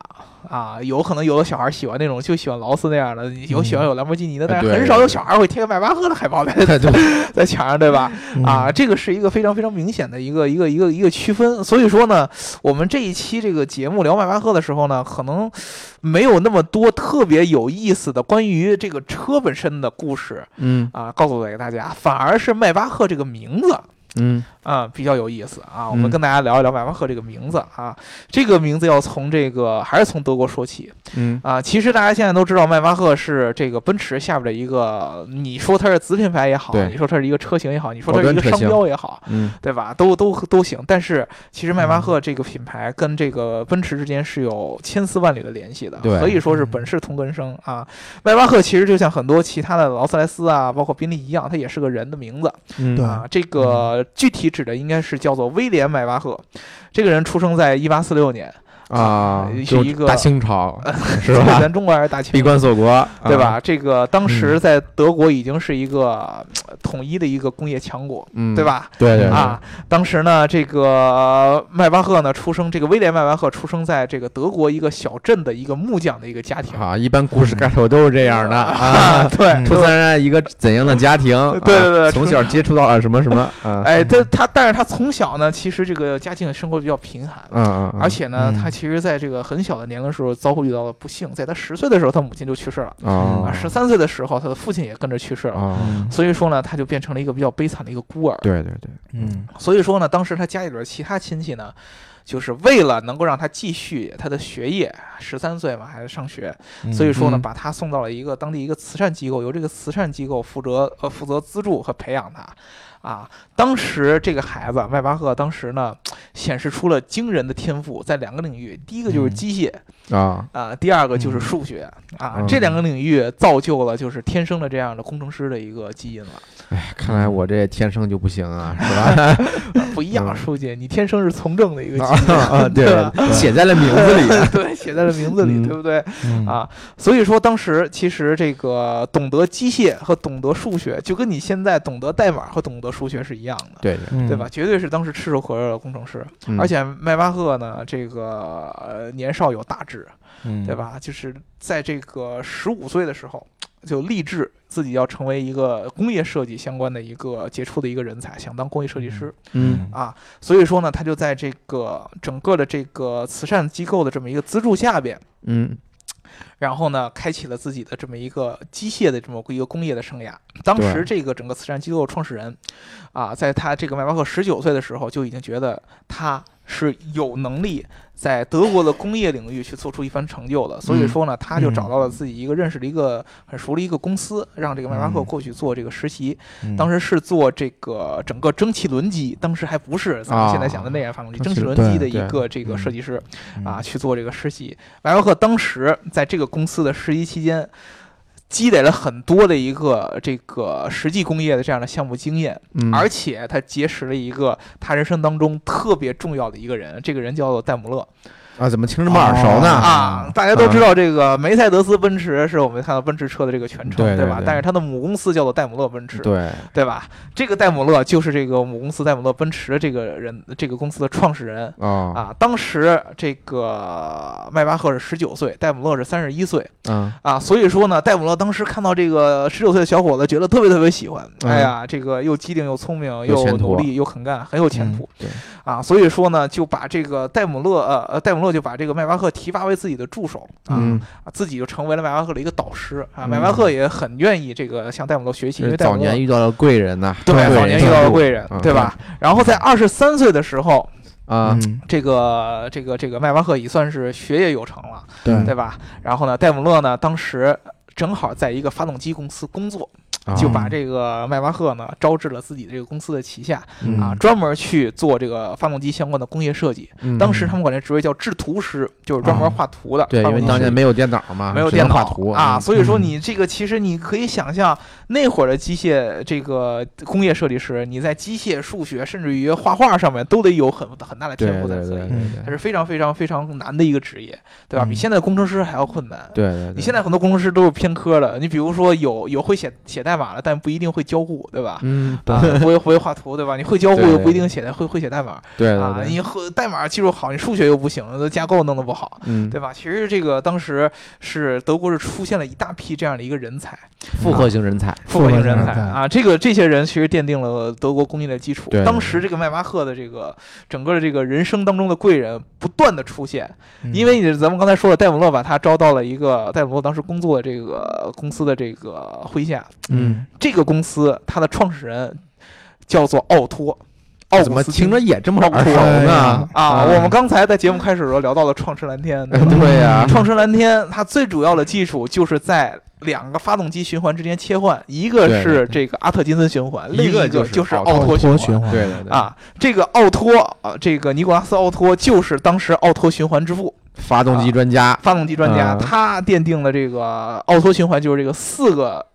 Speaker 1: 啊，有可能有的小孩喜欢那种就喜欢劳斯那样的，有喜欢有兰博基尼的，但是
Speaker 3: 嗯哎对
Speaker 1: 很少有小孩会贴个迈巴赫的海报 在在在墙上，对吧？
Speaker 2: 嗯
Speaker 3: 嗯
Speaker 1: 啊，，这个是一个非常非常明显的一个一个一个一个区分。所以说呢，我们这一期这个节目聊迈巴赫的时候呢，可能没有那么多特别有意思的关于这个车本身的故事
Speaker 3: 嗯
Speaker 1: 啊，告诉给大家，反而是迈巴赫这个名字。
Speaker 3: 嗯
Speaker 1: 啊、比较有意思啊！我们
Speaker 3: 嗯
Speaker 1: 跟大家聊一聊迈巴赫这个名字啊，这个名字要从这个还是从德国说起
Speaker 3: 嗯
Speaker 1: 啊。其实大家现在都知道，迈巴赫是这个奔驰下边的一个，你说它是子品牌也好，
Speaker 3: 对
Speaker 1: 你说它是一个车型也好，你说它
Speaker 3: 高
Speaker 1: 是一
Speaker 3: 端
Speaker 1: 个
Speaker 3: 车
Speaker 1: 商
Speaker 3: 型
Speaker 1: 标也好，
Speaker 3: 嗯，
Speaker 1: 对吧？都都都行。但是其实迈巴赫这个品牌跟这个奔驰之间是有千丝万缕的联系的，
Speaker 3: 对嗯
Speaker 1: 可以说是本是同根生啊。迈巴赫其实就像很多其他的劳斯莱斯啊，包括宾利一样，它也是个人的名字。
Speaker 3: 嗯
Speaker 2: 对
Speaker 1: 啊，这个具体指的应该是叫做威廉·迈巴赫，这个人出生在一八四六年，
Speaker 3: 啊，
Speaker 1: 是
Speaker 3: 就
Speaker 1: 一个呃
Speaker 3: 大清朝 是
Speaker 1: 这
Speaker 3: 吧？
Speaker 1: 咱中国还是大
Speaker 3: 闭
Speaker 1: 清，
Speaker 3: 关锁国，
Speaker 1: 对
Speaker 3: 啊？嗯
Speaker 1: 吧？这个当时在德国已经是一个呃统一的一个工业强国，
Speaker 3: 嗯，
Speaker 1: 对？吧？
Speaker 3: 对对对
Speaker 1: 啊，当时呢，这个呃迈巴赫呢出生，这个威廉·迈巴赫出生在这个德国一个小镇的一个木匠的一个家庭。。
Speaker 3: 啊，一般故事开头都是这样的 啊
Speaker 1: 对，
Speaker 2: 嗯
Speaker 3: 出生在一个怎样的家庭？
Speaker 1: 对对对
Speaker 3: 啊从小接触到了什么什么啊？
Speaker 1: 哎，他他，但是他从小呢，其实这个家境生活比较贫寒，
Speaker 3: 嗯嗯，嗯
Speaker 1: 而且呢，
Speaker 2: 嗯
Speaker 1: 他其实在这个很小的年龄的时候遭遇到了不幸，在他十岁的时候，他母亲就去世了啊，嗯
Speaker 3: 啊
Speaker 1: 十三岁的时候，他的父亲也跟着去世
Speaker 2: 嗯
Speaker 1: 了。
Speaker 3: 啊，
Speaker 1: 所以说呢，他就变成了一个比较悲惨的一个孤儿。
Speaker 3: 对对对，
Speaker 2: 嗯
Speaker 1: 所以说呢，当时他家里边其他亲戚呢，就是为了能够让他继续他的学业，十三岁嘛还是上学，
Speaker 2: 嗯，
Speaker 1: 所以说呢，
Speaker 3: 嗯
Speaker 1: 把他送到了一个当地一个慈善机构，由这个慈善机构负责呃负责资助和培养他。啊，当时这个孩子迈巴赫当时呢，显示出了惊人的天赋，在两个领域，第一个就是
Speaker 2: 嗯
Speaker 1: 机械
Speaker 3: 啊，
Speaker 1: 啊、第二个就是
Speaker 2: 嗯
Speaker 1: 数学啊
Speaker 3: 嗯，
Speaker 1: 这两个领域造就了就是天生的这样的工程师的一个基因了，
Speaker 3: 哎，看来我这天生就不行 啊，是吧？
Speaker 1: 啊不一样，
Speaker 3: 嗯
Speaker 1: 书记，你天生是从政的一个基因，
Speaker 3: 啊，啊对
Speaker 2: 嗯
Speaker 1: 对，
Speaker 3: 写在了名字里。啊
Speaker 1: 对，写在了名字里，
Speaker 3: 嗯
Speaker 1: 对不对？
Speaker 2: 嗯
Speaker 1: 啊，所以说当时其实这个懂得机械和懂得数学，就跟你现在懂得代码和懂得数学是一样的，
Speaker 3: 对，
Speaker 2: 嗯
Speaker 1: 对吧？？绝对是当时炙手可热的工程师。
Speaker 3: 嗯
Speaker 1: 而且迈巴赫呢，这个呃年少有大志，
Speaker 2: 嗯
Speaker 1: 对？吧？就是在这个十五岁的时候。就立志自己要成为一个工业设计相关的一个杰出的一个人才，想当工业设计师。
Speaker 3: 嗯
Speaker 1: 啊，所以说呢，他就在这个整个的这个慈善机构的这么一个资助下边，
Speaker 3: 嗯
Speaker 1: 然后呢，开启了自己的这么一个机械的这么一个工业的生涯。当
Speaker 3: 对
Speaker 1: 时这个整个慈善机构创始人，啊，在他这个迈巴赫十九岁的时候就已经觉得他是有能力在德国的工业领域去做出一番成就的。所以
Speaker 3: 嗯
Speaker 1: 说呢，他就找
Speaker 2: 嗯
Speaker 1: 到了自己一个认识的一个很熟的一个公司，让这个迈巴赫
Speaker 2: 嗯
Speaker 1: 过去做这个实习。
Speaker 2: 嗯
Speaker 1: 当时是做这个整个蒸汽轮机，当时还不是咱们现在想的那样发动机，
Speaker 3: 啊
Speaker 1: 蒸汽轮
Speaker 2: 对
Speaker 1: 机的一
Speaker 3: 对
Speaker 1: 个这个
Speaker 2: 嗯
Speaker 1: 设计师啊
Speaker 2: 嗯
Speaker 1: 去做这个实习。莱巴赫当时在这个公司的实习期间，积累了很多的一个这个实际工业的这样的项目经验，
Speaker 3: 嗯，
Speaker 1: 而且他结识了一个他人生当中特别重要的一个人，这个人叫做戴姆勒
Speaker 3: 啊，怎么听着这么耳熟呢？嗯
Speaker 2: 啊
Speaker 1: 啊。大家都知道这个梅赛德斯奔驰是我们看到奔驰车的这个全称
Speaker 3: 对，对
Speaker 1: 吧？
Speaker 3: 对
Speaker 1: 但是它的母公司叫做戴姆勒奔驰，
Speaker 3: 对，
Speaker 1: 对吧？这个戴姆勒就是这个母公司戴姆勒奔驰的这个人，这个公司的创始人
Speaker 3: 哦，
Speaker 1: 啊。当时这个迈巴赫是十九岁，戴姆勒是三十一岁
Speaker 3: 嗯
Speaker 1: 啊，所以说呢，戴姆勒当时看到这个十九岁的小伙子，觉得特别特别喜欢。
Speaker 3: 嗯
Speaker 1: 哎呀，这个又机灵又聪明
Speaker 3: 有
Speaker 1: 又
Speaker 3: 前途
Speaker 1: 努力又肯干，很有前
Speaker 2: 嗯
Speaker 1: 途
Speaker 3: 对
Speaker 1: 啊。所以说呢，就把这个戴姆勒呃呃戴姆勒就把这个迈巴赫提拔为自己的助手啊。
Speaker 3: 嗯，
Speaker 1: 啊自己就成为了迈巴赫的一个导师啊，
Speaker 3: 嗯
Speaker 1: 迈巴赫也很愿意这个向戴姆勒学习，因为
Speaker 3: 这是
Speaker 1: 戴姆
Speaker 3: 早
Speaker 1: 勒
Speaker 3: 年遇到了贵人呐，
Speaker 1: 对，早年遇到了贵人
Speaker 3: 啊，
Speaker 1: 对吧？然后在二十三岁的时候，
Speaker 3: 啊，
Speaker 2: 嗯
Speaker 1: 这个这个这个迈巴赫已算是学业有成了，
Speaker 3: 嗯
Speaker 2: 对
Speaker 1: 对吧？然后呢，戴姆勒呢，当时正好在一个发动机公司工作
Speaker 3: 啊
Speaker 1: 就把这个迈巴赫呢招至了自己的这个公司的旗下
Speaker 2: 嗯
Speaker 1: 啊，专门去做这个发动机相关的工业设计。
Speaker 3: 嗯啊
Speaker 1: 当时他们管这职位叫制图师，就是专门画图的。
Speaker 3: 对，
Speaker 1: 画图
Speaker 3: 因为
Speaker 1: 师
Speaker 3: 当年没有电脑嘛，
Speaker 1: 没有
Speaker 3: 只
Speaker 1: 电
Speaker 3: 能
Speaker 1: 脑
Speaker 3: 画图嗯
Speaker 1: 啊，，所以说你这个其实你可以想象那会儿的机械这个工业设计师，你在机械、数学甚至于画画上面都得有很很大的
Speaker 3: 对
Speaker 1: 天
Speaker 3: 对
Speaker 1: 赋才
Speaker 3: 对
Speaker 1: 可以
Speaker 3: 对。
Speaker 2: 嗯
Speaker 1: 它是非常非常非常难的一个职业，对吧？比
Speaker 2: 嗯
Speaker 1: 现在工程师还要困难。
Speaker 3: 对对，
Speaker 1: 嗯你现在很多工程师都是偏科的，你比如说有有会写写代码的，但不一定会交互，对吧？
Speaker 3: 嗯
Speaker 1: 啊，不会不会画图，对吧？你会交互
Speaker 3: 对
Speaker 1: 又不一定写代会会写代码
Speaker 3: 对
Speaker 1: 啊
Speaker 3: 对，对，
Speaker 1: 你会代码技术好，你数学又不行，那架构弄得不好，
Speaker 3: 嗯，
Speaker 1: 对吧？其实这个当时是德国是出现了一大批这样的一个人才，
Speaker 3: 复合型人才，
Speaker 1: 复合型人
Speaker 2: 人
Speaker 1: 才
Speaker 2: 才
Speaker 1: 啊，这个这些人其实奠定了德国工业的基础
Speaker 3: 对。
Speaker 1: 当时这个迈巴赫的这个整个的这个人生当中的贵人不断的出现，
Speaker 2: 嗯
Speaker 1: 因为你咱们刚才说了，戴姆勒把他招到了一个戴姆勒当时工作的这个公司的这个麾下，
Speaker 2: 嗯
Speaker 1: 这个公司它的创始人叫做奥托，奥
Speaker 3: 怎
Speaker 1: 古
Speaker 3: 么
Speaker 1: 斯
Speaker 3: 听
Speaker 1: 丁
Speaker 3: 着也这么耳熟
Speaker 2: 哎
Speaker 3: 呢
Speaker 2: 呀？
Speaker 1: 啊，我们刚才在节目开始的时候聊到了创驰 蓝天，对吧
Speaker 3: 对呀，
Speaker 1: 啊嗯创驰蓝天它最主要的技术就是在两个发动机循环之间切换，一个
Speaker 3: 对
Speaker 1: 是这个阿特金森循环，另
Speaker 3: 一个
Speaker 1: 就
Speaker 3: 就是是
Speaker 1: 奥
Speaker 3: 奥
Speaker 1: 托
Speaker 2: 托
Speaker 1: 环。
Speaker 2: 循环
Speaker 3: 对对对，
Speaker 1: 啊，这个奥托啊，这个尼古拉斯奥托就是当时奥托循环之父，
Speaker 3: 发动
Speaker 1: 啊
Speaker 3: 机专家，
Speaker 1: 发动机专家，
Speaker 3: 啊
Speaker 1: 他奠定了这个奥托循环，就是这个四个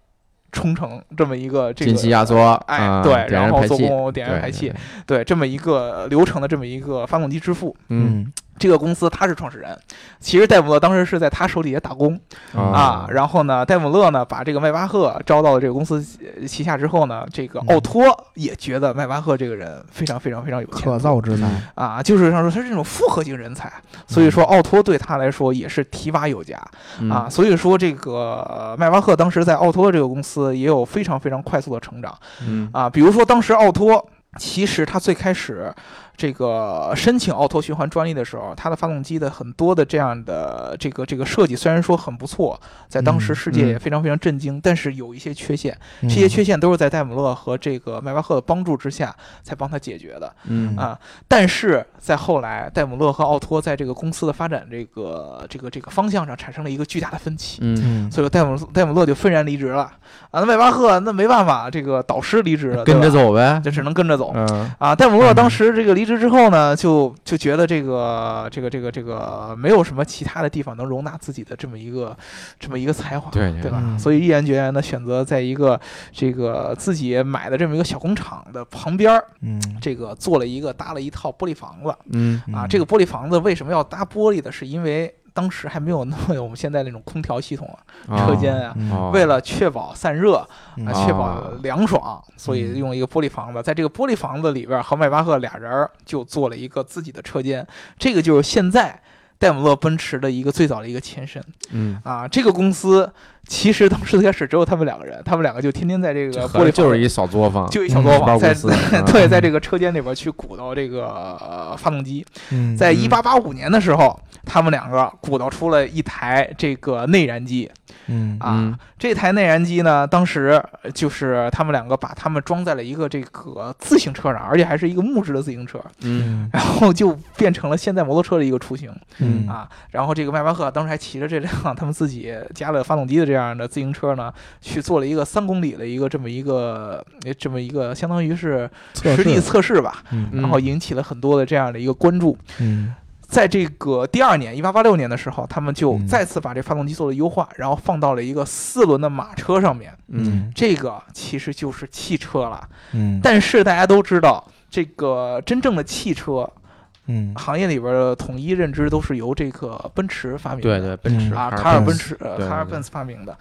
Speaker 1: 冲程这么一个这个
Speaker 3: 进气压缩，
Speaker 1: 哎，
Speaker 3: 啊
Speaker 1: 对，
Speaker 3: 点
Speaker 1: 然
Speaker 3: 燃
Speaker 1: 后
Speaker 3: 排
Speaker 1: 做
Speaker 3: 气，
Speaker 1: 工、点燃排气，
Speaker 3: 对，对对
Speaker 1: 对，这么一个流程的这么一个发动机之父。
Speaker 3: 嗯
Speaker 1: 这个公司他是创始人，其实戴姆勒当时是在他手底下打工
Speaker 3: 嗯
Speaker 1: 啊。然后呢，戴姆勒呢把这个迈巴赫招到了这个公司旗旗下之后呢，这个奥托也觉得迈巴赫这个人非常非常非常有前途
Speaker 2: 可造之材，
Speaker 1: 啊，就是像说他是这种复合型人才，所以说奥托对他来说也是提拔有加。
Speaker 3: 嗯
Speaker 1: 啊，，所以说这个呃迈巴赫当时在奥托这个公司也有非常非常快速的成长
Speaker 3: 嗯
Speaker 1: 啊，比如说当时奥托。其实他最开始这个呃申请奥托循环专利的时候，它的发动机的很多的这样的这个这个设计虽然说很不错，在当时
Speaker 2: 嗯
Speaker 1: 世界也
Speaker 3: 嗯
Speaker 1: 非常非常震惊，但是有一些缺陷，
Speaker 2: 这
Speaker 1: 这些缺陷都是在戴姆勒和这个迈巴赫的帮助之下才帮他解决的。
Speaker 3: 嗯
Speaker 1: 啊，但是在后来，戴姆勒和奥托在这个公司的发展这个这个这个方向上产生了一个巨大的分歧，
Speaker 3: 嗯，
Speaker 2: 嗯
Speaker 1: 所以说戴姆戴姆勒就愤然离职了啊。那迈巴赫那没办法，这个导师离职了，对
Speaker 3: 跟着
Speaker 1: 吧，
Speaker 3: 走呗，
Speaker 1: 就只能跟着走。
Speaker 3: 嗯
Speaker 1: 啊，戴姆勒当
Speaker 2: 嗯
Speaker 1: 时这个离职之后呢，就就觉得这个这个这个这个没有什么其他的地方能容纳自己的这么一个这么一个才华，
Speaker 3: 对
Speaker 1: 对吧？
Speaker 2: 嗯
Speaker 1: 所以毅然决然的选择在一个这个自己买的这么一个小工厂的旁边儿
Speaker 2: 嗯
Speaker 1: 这个做了一个搭了一套玻璃房子
Speaker 3: 嗯
Speaker 1: 啊。
Speaker 2: 嗯
Speaker 1: 这个玻璃房子为什么要搭玻璃的？是因为当时还没有那么有我们现在那种空调系统啊，车间啊。
Speaker 2: 嗯
Speaker 3: 哦
Speaker 1: 为了确保散热啊，
Speaker 2: 嗯
Speaker 1: 确保
Speaker 3: 啊
Speaker 1: 凉爽，所以用了一个玻璃房子。在这个玻璃房子里边，和迈巴赫俩人儿就做了一个自己的车间，这个就是现在戴姆勒奔驰的一个最早的一个前身
Speaker 3: 嗯，
Speaker 1: 啊。这个公司其实当时最开始只有他们两个人，他们两个就天天在这个玻璃
Speaker 3: 合
Speaker 1: 房
Speaker 3: 着
Speaker 1: 子
Speaker 3: 就是一小作坊，
Speaker 1: 就一小
Speaker 2: 嗯
Speaker 1: 作
Speaker 3: 包
Speaker 1: 坊，在
Speaker 3: 公司嗯
Speaker 1: 对，在这个车间里边去鼓捣这个、呃发动机。
Speaker 2: 嗯
Speaker 1: 在
Speaker 3: 嗯
Speaker 1: 一八八五年的时候，他们两个鼓捣出了一台这个内燃机
Speaker 2: 嗯
Speaker 1: 啊。
Speaker 3: 嗯
Speaker 1: 这台内燃机呢，当时呃就是他们两个把他们装在了一个这个自行车上，而且还是一个木质的自行车，
Speaker 3: 嗯
Speaker 2: 嗯
Speaker 1: 然后就变成了现在摩托车的一个雏形
Speaker 2: 嗯
Speaker 1: 啊。然后这个迈巴赫当时还骑着这辆他们自己加了发动机的这样的自行车呢，去做了一个三公里的一个这么一个呃这么一个相当于是
Speaker 2: 测
Speaker 1: 实地
Speaker 2: 试
Speaker 1: 测试吧，
Speaker 2: 嗯
Speaker 1: 然后引起了很多的这样的一个关注。
Speaker 2: 嗯
Speaker 1: 在这个第二年，一八八六年的时候，他们就
Speaker 2: 嗯
Speaker 1: 再次把这发动机做了优化，然后放到了一个四轮的马车上面。
Speaker 3: 嗯
Speaker 1: 这个其实就是汽车了。
Speaker 2: 嗯
Speaker 1: 但是大家都知道，这个真正的汽车
Speaker 2: 嗯
Speaker 1: 行业里边的统一认知都是由这个奔驰发明
Speaker 3: 对
Speaker 1: 的，
Speaker 3: 对，奔驰
Speaker 1: 啊，
Speaker 3: 卡
Speaker 1: 卡
Speaker 2: 尔
Speaker 1: 尔
Speaker 2: 奔
Speaker 1: 奔
Speaker 2: 驰
Speaker 1: 驰，呃
Speaker 3: 对
Speaker 1: 卡尔
Speaker 3: 对嗯
Speaker 1: 奔驰发明的。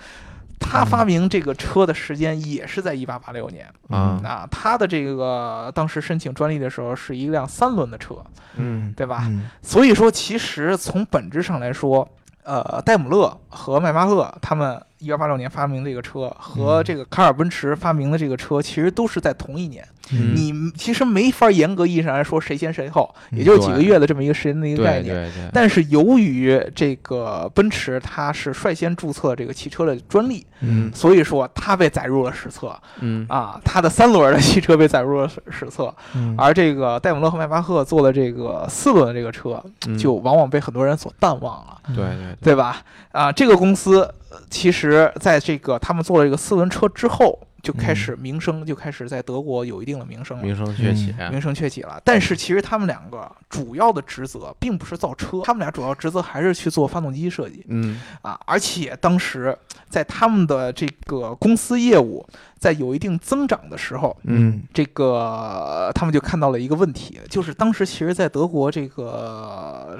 Speaker 1: 他发明这个车的时间也是在一八八六年
Speaker 2: 嗯
Speaker 3: 啊
Speaker 1: 啊，他的这个当时申请专利的时候是一辆三轮的车，
Speaker 3: 嗯
Speaker 1: 对吧？
Speaker 2: 嗯
Speaker 1: 所以说，其实从本质上来说，呃，戴姆勒和迈巴赫他们一八八六年发明这个车，和这个卡尔奔驰发明的这个车，其实都是在同一年。
Speaker 2: 嗯
Speaker 1: 你其实没法严格意义上来说谁先谁后，也就是几个月的这么一个时间的一个概
Speaker 3: 对对
Speaker 1: 念。
Speaker 3: 对，
Speaker 1: 但是由于这个奔驰它是率先注册这个汽车的专利，
Speaker 2: 嗯
Speaker 1: 所以说它被载入了史册
Speaker 3: 嗯
Speaker 1: 啊，它的三轮的汽车被载入了史史册，
Speaker 2: 嗯
Speaker 1: 而这个戴姆勒和迈巴赫做的这个四轮的这个车，
Speaker 3: 嗯
Speaker 1: 就往往被很多人所淡忘了，
Speaker 2: 嗯
Speaker 3: 对对
Speaker 1: 对吧？啊，这个公司呃其实在这个他们做了这个四轮车之后，就开始名声就开始在德国有一定的名声了。
Speaker 3: 名声啊鹊起，
Speaker 1: 嗯名声鹊起了。但是其实他们两个主要的职责并不是造车，他们俩主要职责还是去做发动机设计
Speaker 3: 嗯
Speaker 1: 啊。而且当时在他们的这个公司业务在有一定增长的时候。
Speaker 3: 嗯
Speaker 1: 这个呃他们就看到了一个问题，就是当时其实，在德国这个、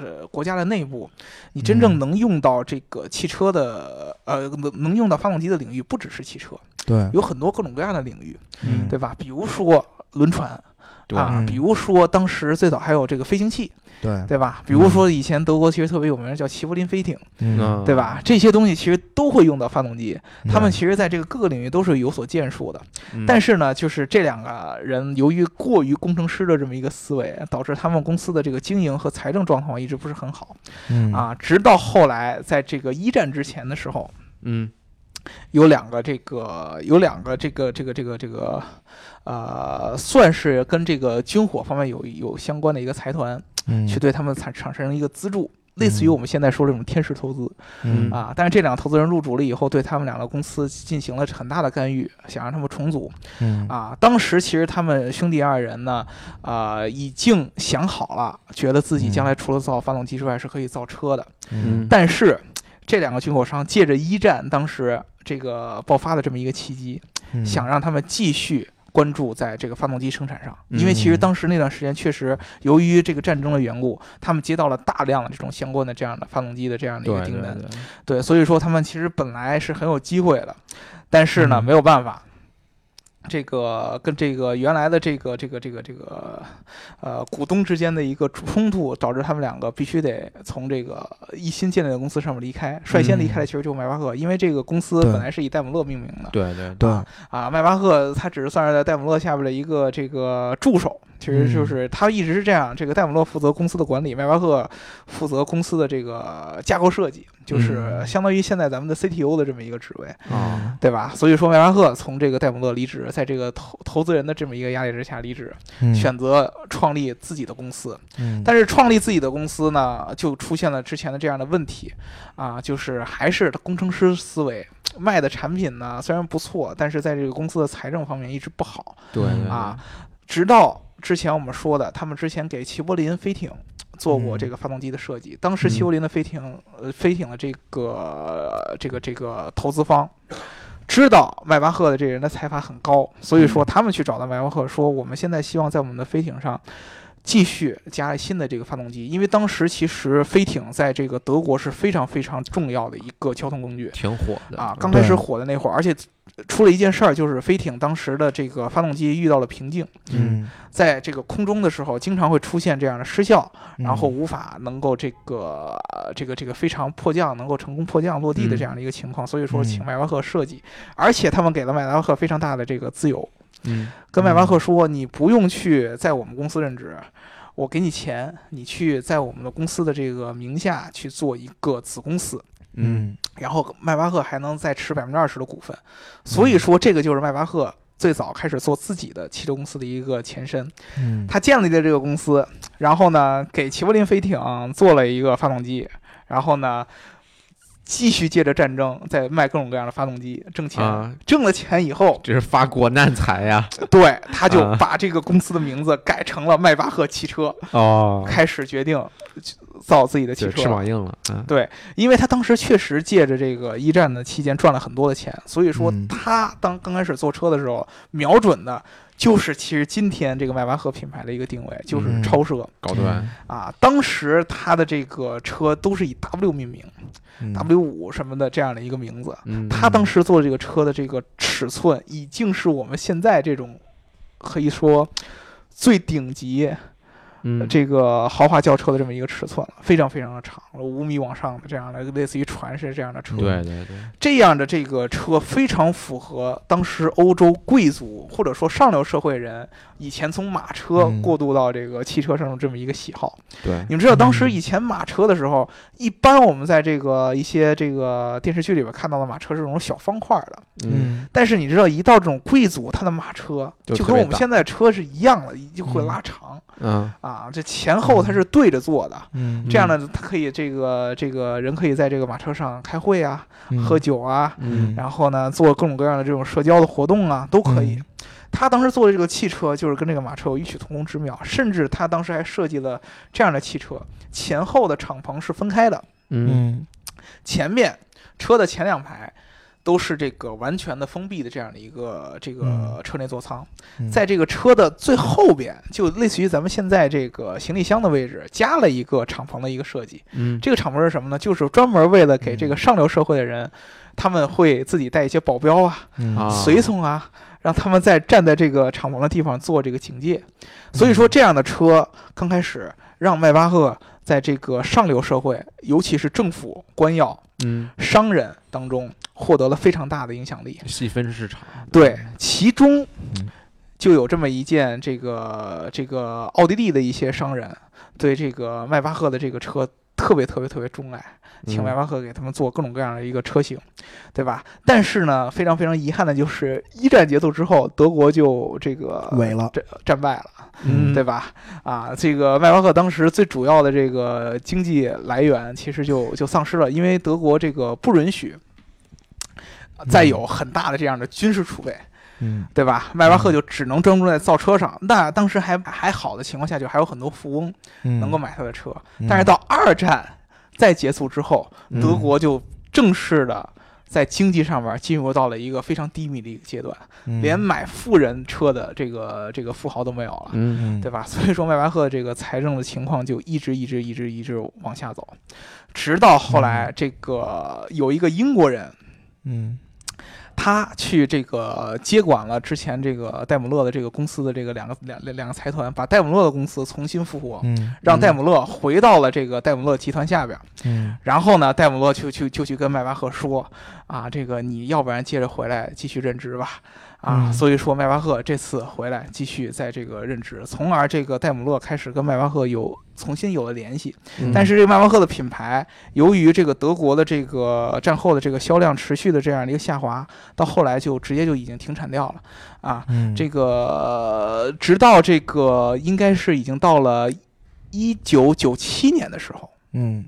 Speaker 1: 呃国家的内部，你真正
Speaker 2: 嗯
Speaker 1: 能用到这个汽车的，呃，能能用到发动机的领域，不只是汽车，
Speaker 2: 对，
Speaker 3: 嗯
Speaker 1: 有很多各种各样的领域，
Speaker 2: 嗯
Speaker 1: 对吧？比如说轮船，
Speaker 3: 对
Speaker 1: 啊
Speaker 2: 嗯，
Speaker 1: 比如说当时最早还有这个飞行器，
Speaker 3: 嗯
Speaker 2: 对，
Speaker 1: 对吧？比如说以前德国其实特别有名的叫齐柏林飞艇，
Speaker 3: 嗯
Speaker 1: 对吧？这些东西其实都会用到发动机，他们
Speaker 2: 对
Speaker 1: 其实在这个各个领域都是有所建树的。
Speaker 3: 嗯
Speaker 1: 但是呢，就是这两个人由于过于工程师的这么一个思维，导致他们公司的这个经营和财政状况一直不是很好
Speaker 2: 嗯，
Speaker 1: 啊。直到后来，在这个一战之前的时候，
Speaker 3: 嗯
Speaker 1: 有两个这个有两个这个这个这个这个呃，算是跟这个军火方面有有相关的一个财团
Speaker 2: 嗯
Speaker 1: 去对他们产产生一个资助。类似于我们现在说这种天使投资
Speaker 2: 嗯
Speaker 1: 啊，但是这两个投资人入主了以后，对他们两个公司进行了很大的干预，想让他们重组。
Speaker 2: 嗯
Speaker 1: 啊，当时其实他们兄弟二人呢，啊、已经想好了，觉得自己将
Speaker 3: 嗯
Speaker 1: 来除了造发动机之外是可以造车的。
Speaker 2: 嗯
Speaker 1: 但是这两个军火商借着一战当时这个爆发的这么一个契机，
Speaker 2: 嗯
Speaker 1: 想让他们继续。关注在这个发动机生产上，因为其
Speaker 3: 嗯
Speaker 1: 实当时那段时间确实由于这个战争的缘故，他们接到了大量的这种相关的这样的发动机的这样的一
Speaker 3: 对
Speaker 1: 个
Speaker 3: 对
Speaker 1: 订单，
Speaker 3: 对，
Speaker 1: 对，所以说他们其实本来是很有机会的，但是呢，
Speaker 2: 嗯
Speaker 1: 没有办法。这个跟这个原来的这个这个这个这个，呃，股东之间的一个冲突，导致他们两个必须得从这个一新建立的公司上面离开。率先离开的其实就是迈巴赫，因为这个公司
Speaker 2: 嗯对
Speaker 1: 本来是以戴姆勒命名的。
Speaker 3: 对对
Speaker 2: 对，
Speaker 1: 啊，迈巴赫他只是算是在戴姆勒下边的一个这个助手，其实
Speaker 2: 嗯
Speaker 1: 就是他一直是这样，这个戴姆勒负责公司的管理，迈巴赫负责公司的这个架构设计，就是
Speaker 2: 嗯
Speaker 1: 相当于现在咱们的 CTO 的这么一个职位，
Speaker 3: 啊，
Speaker 1: 对吧？所以说迈巴赫从这个戴姆勒离职，在这个投投资人的这么一个压力之下离职，
Speaker 2: 嗯，
Speaker 1: 选择创立自己的公司。
Speaker 2: 嗯，
Speaker 1: 但是创立自己的公司呢，就出现了之前的这样的问题，啊，就是还是工程师思维，卖的产品呢虽然不错，但是在这个公司的财政方面一直不好，
Speaker 3: 对对
Speaker 1: 啊，直到之前我们说的，他们之前给齐柏林飞艇做过这个发动机的设计，当时
Speaker 2: 嗯
Speaker 1: 齐柏林的飞艇，呃，飞艇的这个、这个这个投资方。知道迈巴赫的这人的财阀很高，所以说他们去找到迈巴赫说，我们现在希望在我们的飞艇上继续加新的这个发动机，因为当时其实飞艇在这个德国是非常非常重要的一个交通工具，
Speaker 3: 挺火的嗯
Speaker 1: 啊，刚开始
Speaker 2: 对
Speaker 1: 火的那会儿，而且出了一件事儿，就是飞艇当时的这个发动机遇到了瓶颈，
Speaker 2: 嗯，
Speaker 1: 在这个空中的时候，经常会出现这样的失效，
Speaker 2: 嗯
Speaker 1: 然后无法能够这个呃这个这个非常迫降，能够成功迫降落地的这样的一个情况，所以说
Speaker 2: 嗯
Speaker 1: 请迈巴赫设计，而且他们给了迈巴赫非常大的这个自由，
Speaker 3: 嗯
Speaker 1: 跟迈巴赫说，你不用去在我们公司任职。我给你钱，你去在我们的公司的这个名下去做一个子公司，
Speaker 3: 嗯
Speaker 2: 嗯
Speaker 1: 然后迈巴赫还能再持百分之二十的股份，所以说这个就是迈巴赫最早开始做自己的汽车公司的一个前身。
Speaker 2: 嗯，
Speaker 1: 他建立了这个公司，然后呢给齐柏林飞艇做了一个发动机，然后呢继续借着战争再卖各种各样的发动机挣钱。
Speaker 3: 啊，
Speaker 1: 挣了钱以后，
Speaker 3: 这是发国难财 呀，
Speaker 1: 对他就
Speaker 3: 啊
Speaker 1: 把这个公司的名字改成了迈巴赫汽车，
Speaker 3: 哦
Speaker 1: 开始决定造自己的汽
Speaker 3: 就
Speaker 1: 车。
Speaker 3: 翅膀硬了，嗯
Speaker 1: 因为他当时确实借着这个一战的期间赚了很多的钱，所以说
Speaker 2: 嗯
Speaker 1: 他当刚开始做车的时候，瞄准的就是其实今天这个迈巴赫品牌的一个定位，就是
Speaker 2: 嗯
Speaker 1: 超车
Speaker 3: 高端，
Speaker 1: 啊。当时他的这个车都是以 W 命名
Speaker 2: 嗯
Speaker 1: ，W 五什么的这样的一个名字。
Speaker 3: 嗯，
Speaker 1: 他当时做这个车的这个尺寸，已经是我们现在这种可以说最顶级
Speaker 3: 嗯
Speaker 1: 这个豪华轿车的这么一个尺寸了，非常非常的长，五米往上的这样的，类似于船式这样的车。
Speaker 3: 对对对，
Speaker 1: 这样的这个车非常符合当时欧洲贵族或者说上流社会人以前从马车
Speaker 2: 嗯
Speaker 1: 过渡到这个汽车上的这么一个喜好。
Speaker 3: 对，
Speaker 1: 你们知道，当时
Speaker 2: 嗯
Speaker 1: 以前马车的时候，一般我们在这个一些这个电视剧里边看到的马车是那种小方块的，
Speaker 2: 嗯
Speaker 1: 但是你知道，一到这种贵族，他的马车
Speaker 3: 就
Speaker 1: 就
Speaker 3: 特
Speaker 1: 跟
Speaker 3: 别
Speaker 1: 我们
Speaker 3: 大
Speaker 1: 现在车是一样的，就会
Speaker 2: 嗯
Speaker 1: 拉长。
Speaker 3: 嗯
Speaker 1: 啊，这前后它是对着坐的，
Speaker 2: 嗯
Speaker 1: 这样呢，它可以这个这个人可以在这个马车上开会啊、喝酒啊，
Speaker 2: 嗯
Speaker 1: 然后呢做各种各样的这种社交的活动啊，都可以。
Speaker 2: 嗯
Speaker 1: 他当时做的这个汽车就是跟这个马车有异曲同工之妙，甚至他当时还设计了这样的汽车，前后的敞篷是分开的，
Speaker 3: 嗯
Speaker 2: 嗯
Speaker 1: 前面车的前两排。都是这个完全的封闭的这样的一个这个
Speaker 2: 嗯
Speaker 1: 车内座舱，
Speaker 2: 嗯
Speaker 1: 在这个车的最后边，就类似于咱们现在这个行李箱的位置，加了一个敞篷的一个设计。
Speaker 3: 嗯，
Speaker 1: 这个敞篷是什么呢？就是专门为了给这
Speaker 2: 嗯
Speaker 1: 个上流社会的人，他们会自己带一些保镖啊、
Speaker 2: 嗯
Speaker 3: 啊
Speaker 1: 随从啊，让他们在站在这个敞篷的地方做这个警戒。所以说，这样的车刚开始让迈巴赫在这个上流社会，尤其是政府、官要、
Speaker 3: 嗯，
Speaker 1: 商人当中获得了非常大的影响力。
Speaker 3: 细分市场，
Speaker 1: 对，其中
Speaker 2: 嗯
Speaker 1: 就有这么一件，这个这个奥地利的一些商人对这个迈巴赫的这个车特别特别特别钟爱，请
Speaker 2: 嗯
Speaker 3: 嗯
Speaker 1: 迈巴赫给他们做各种各样的一个车型，对吧？但是呢，非常非常遗憾的就是，一战结束之后，德国就这个
Speaker 2: 萎了，
Speaker 1: 战战败了，
Speaker 3: 嗯，
Speaker 1: 对吧？啊，这个迈巴赫当时最主要的这个经济来源其实就就丧失了，因为德国这个不允许呃再有很大的这样的军事储备。
Speaker 2: 嗯
Speaker 1: 对吧？迈巴赫就只能专注在造车上。那当时还还好的情况下，就还有很多富翁
Speaker 2: 嗯
Speaker 1: 能够买他的车。
Speaker 2: 嗯
Speaker 1: 但是到二战再结束之后，
Speaker 3: 嗯
Speaker 1: 德国就正式的在经济上面进入到了一个非常低迷的一个阶段，
Speaker 2: 嗯
Speaker 1: 连买富人车的这个这个富豪都没有了。
Speaker 3: 嗯
Speaker 2: 嗯
Speaker 1: 对吧？所以说迈巴赫这个财政的情况就一直一直一直一直往下走，直到后来这个有一个英国人，
Speaker 2: 嗯
Speaker 1: 他去这个接管了之前这个戴姆勒的这个公司的这个两个两两两个财团，把戴姆勒的公司重新复活，
Speaker 2: 嗯
Speaker 1: 让戴姆勒回到了这个戴姆勒集团下边。
Speaker 2: 嗯
Speaker 1: 然后呢，戴姆勒就去就去跟迈巴赫说啊，这个你要不然接着回来继续任职吧。啊，
Speaker 2: 嗯
Speaker 1: 所以说迈巴赫这次回来继续在这个任职，从而这个戴姆勒开始跟迈巴赫有重新有了联系。
Speaker 2: 嗯
Speaker 1: 但是这个迈巴赫的品牌，由于这个德国的这个战后的这个销量持续的这样的一个下滑，到后来就直接就已经停产掉了啊。
Speaker 2: 嗯
Speaker 1: 这个直到这个应该是已经到了一九九七年的时候，
Speaker 2: 嗯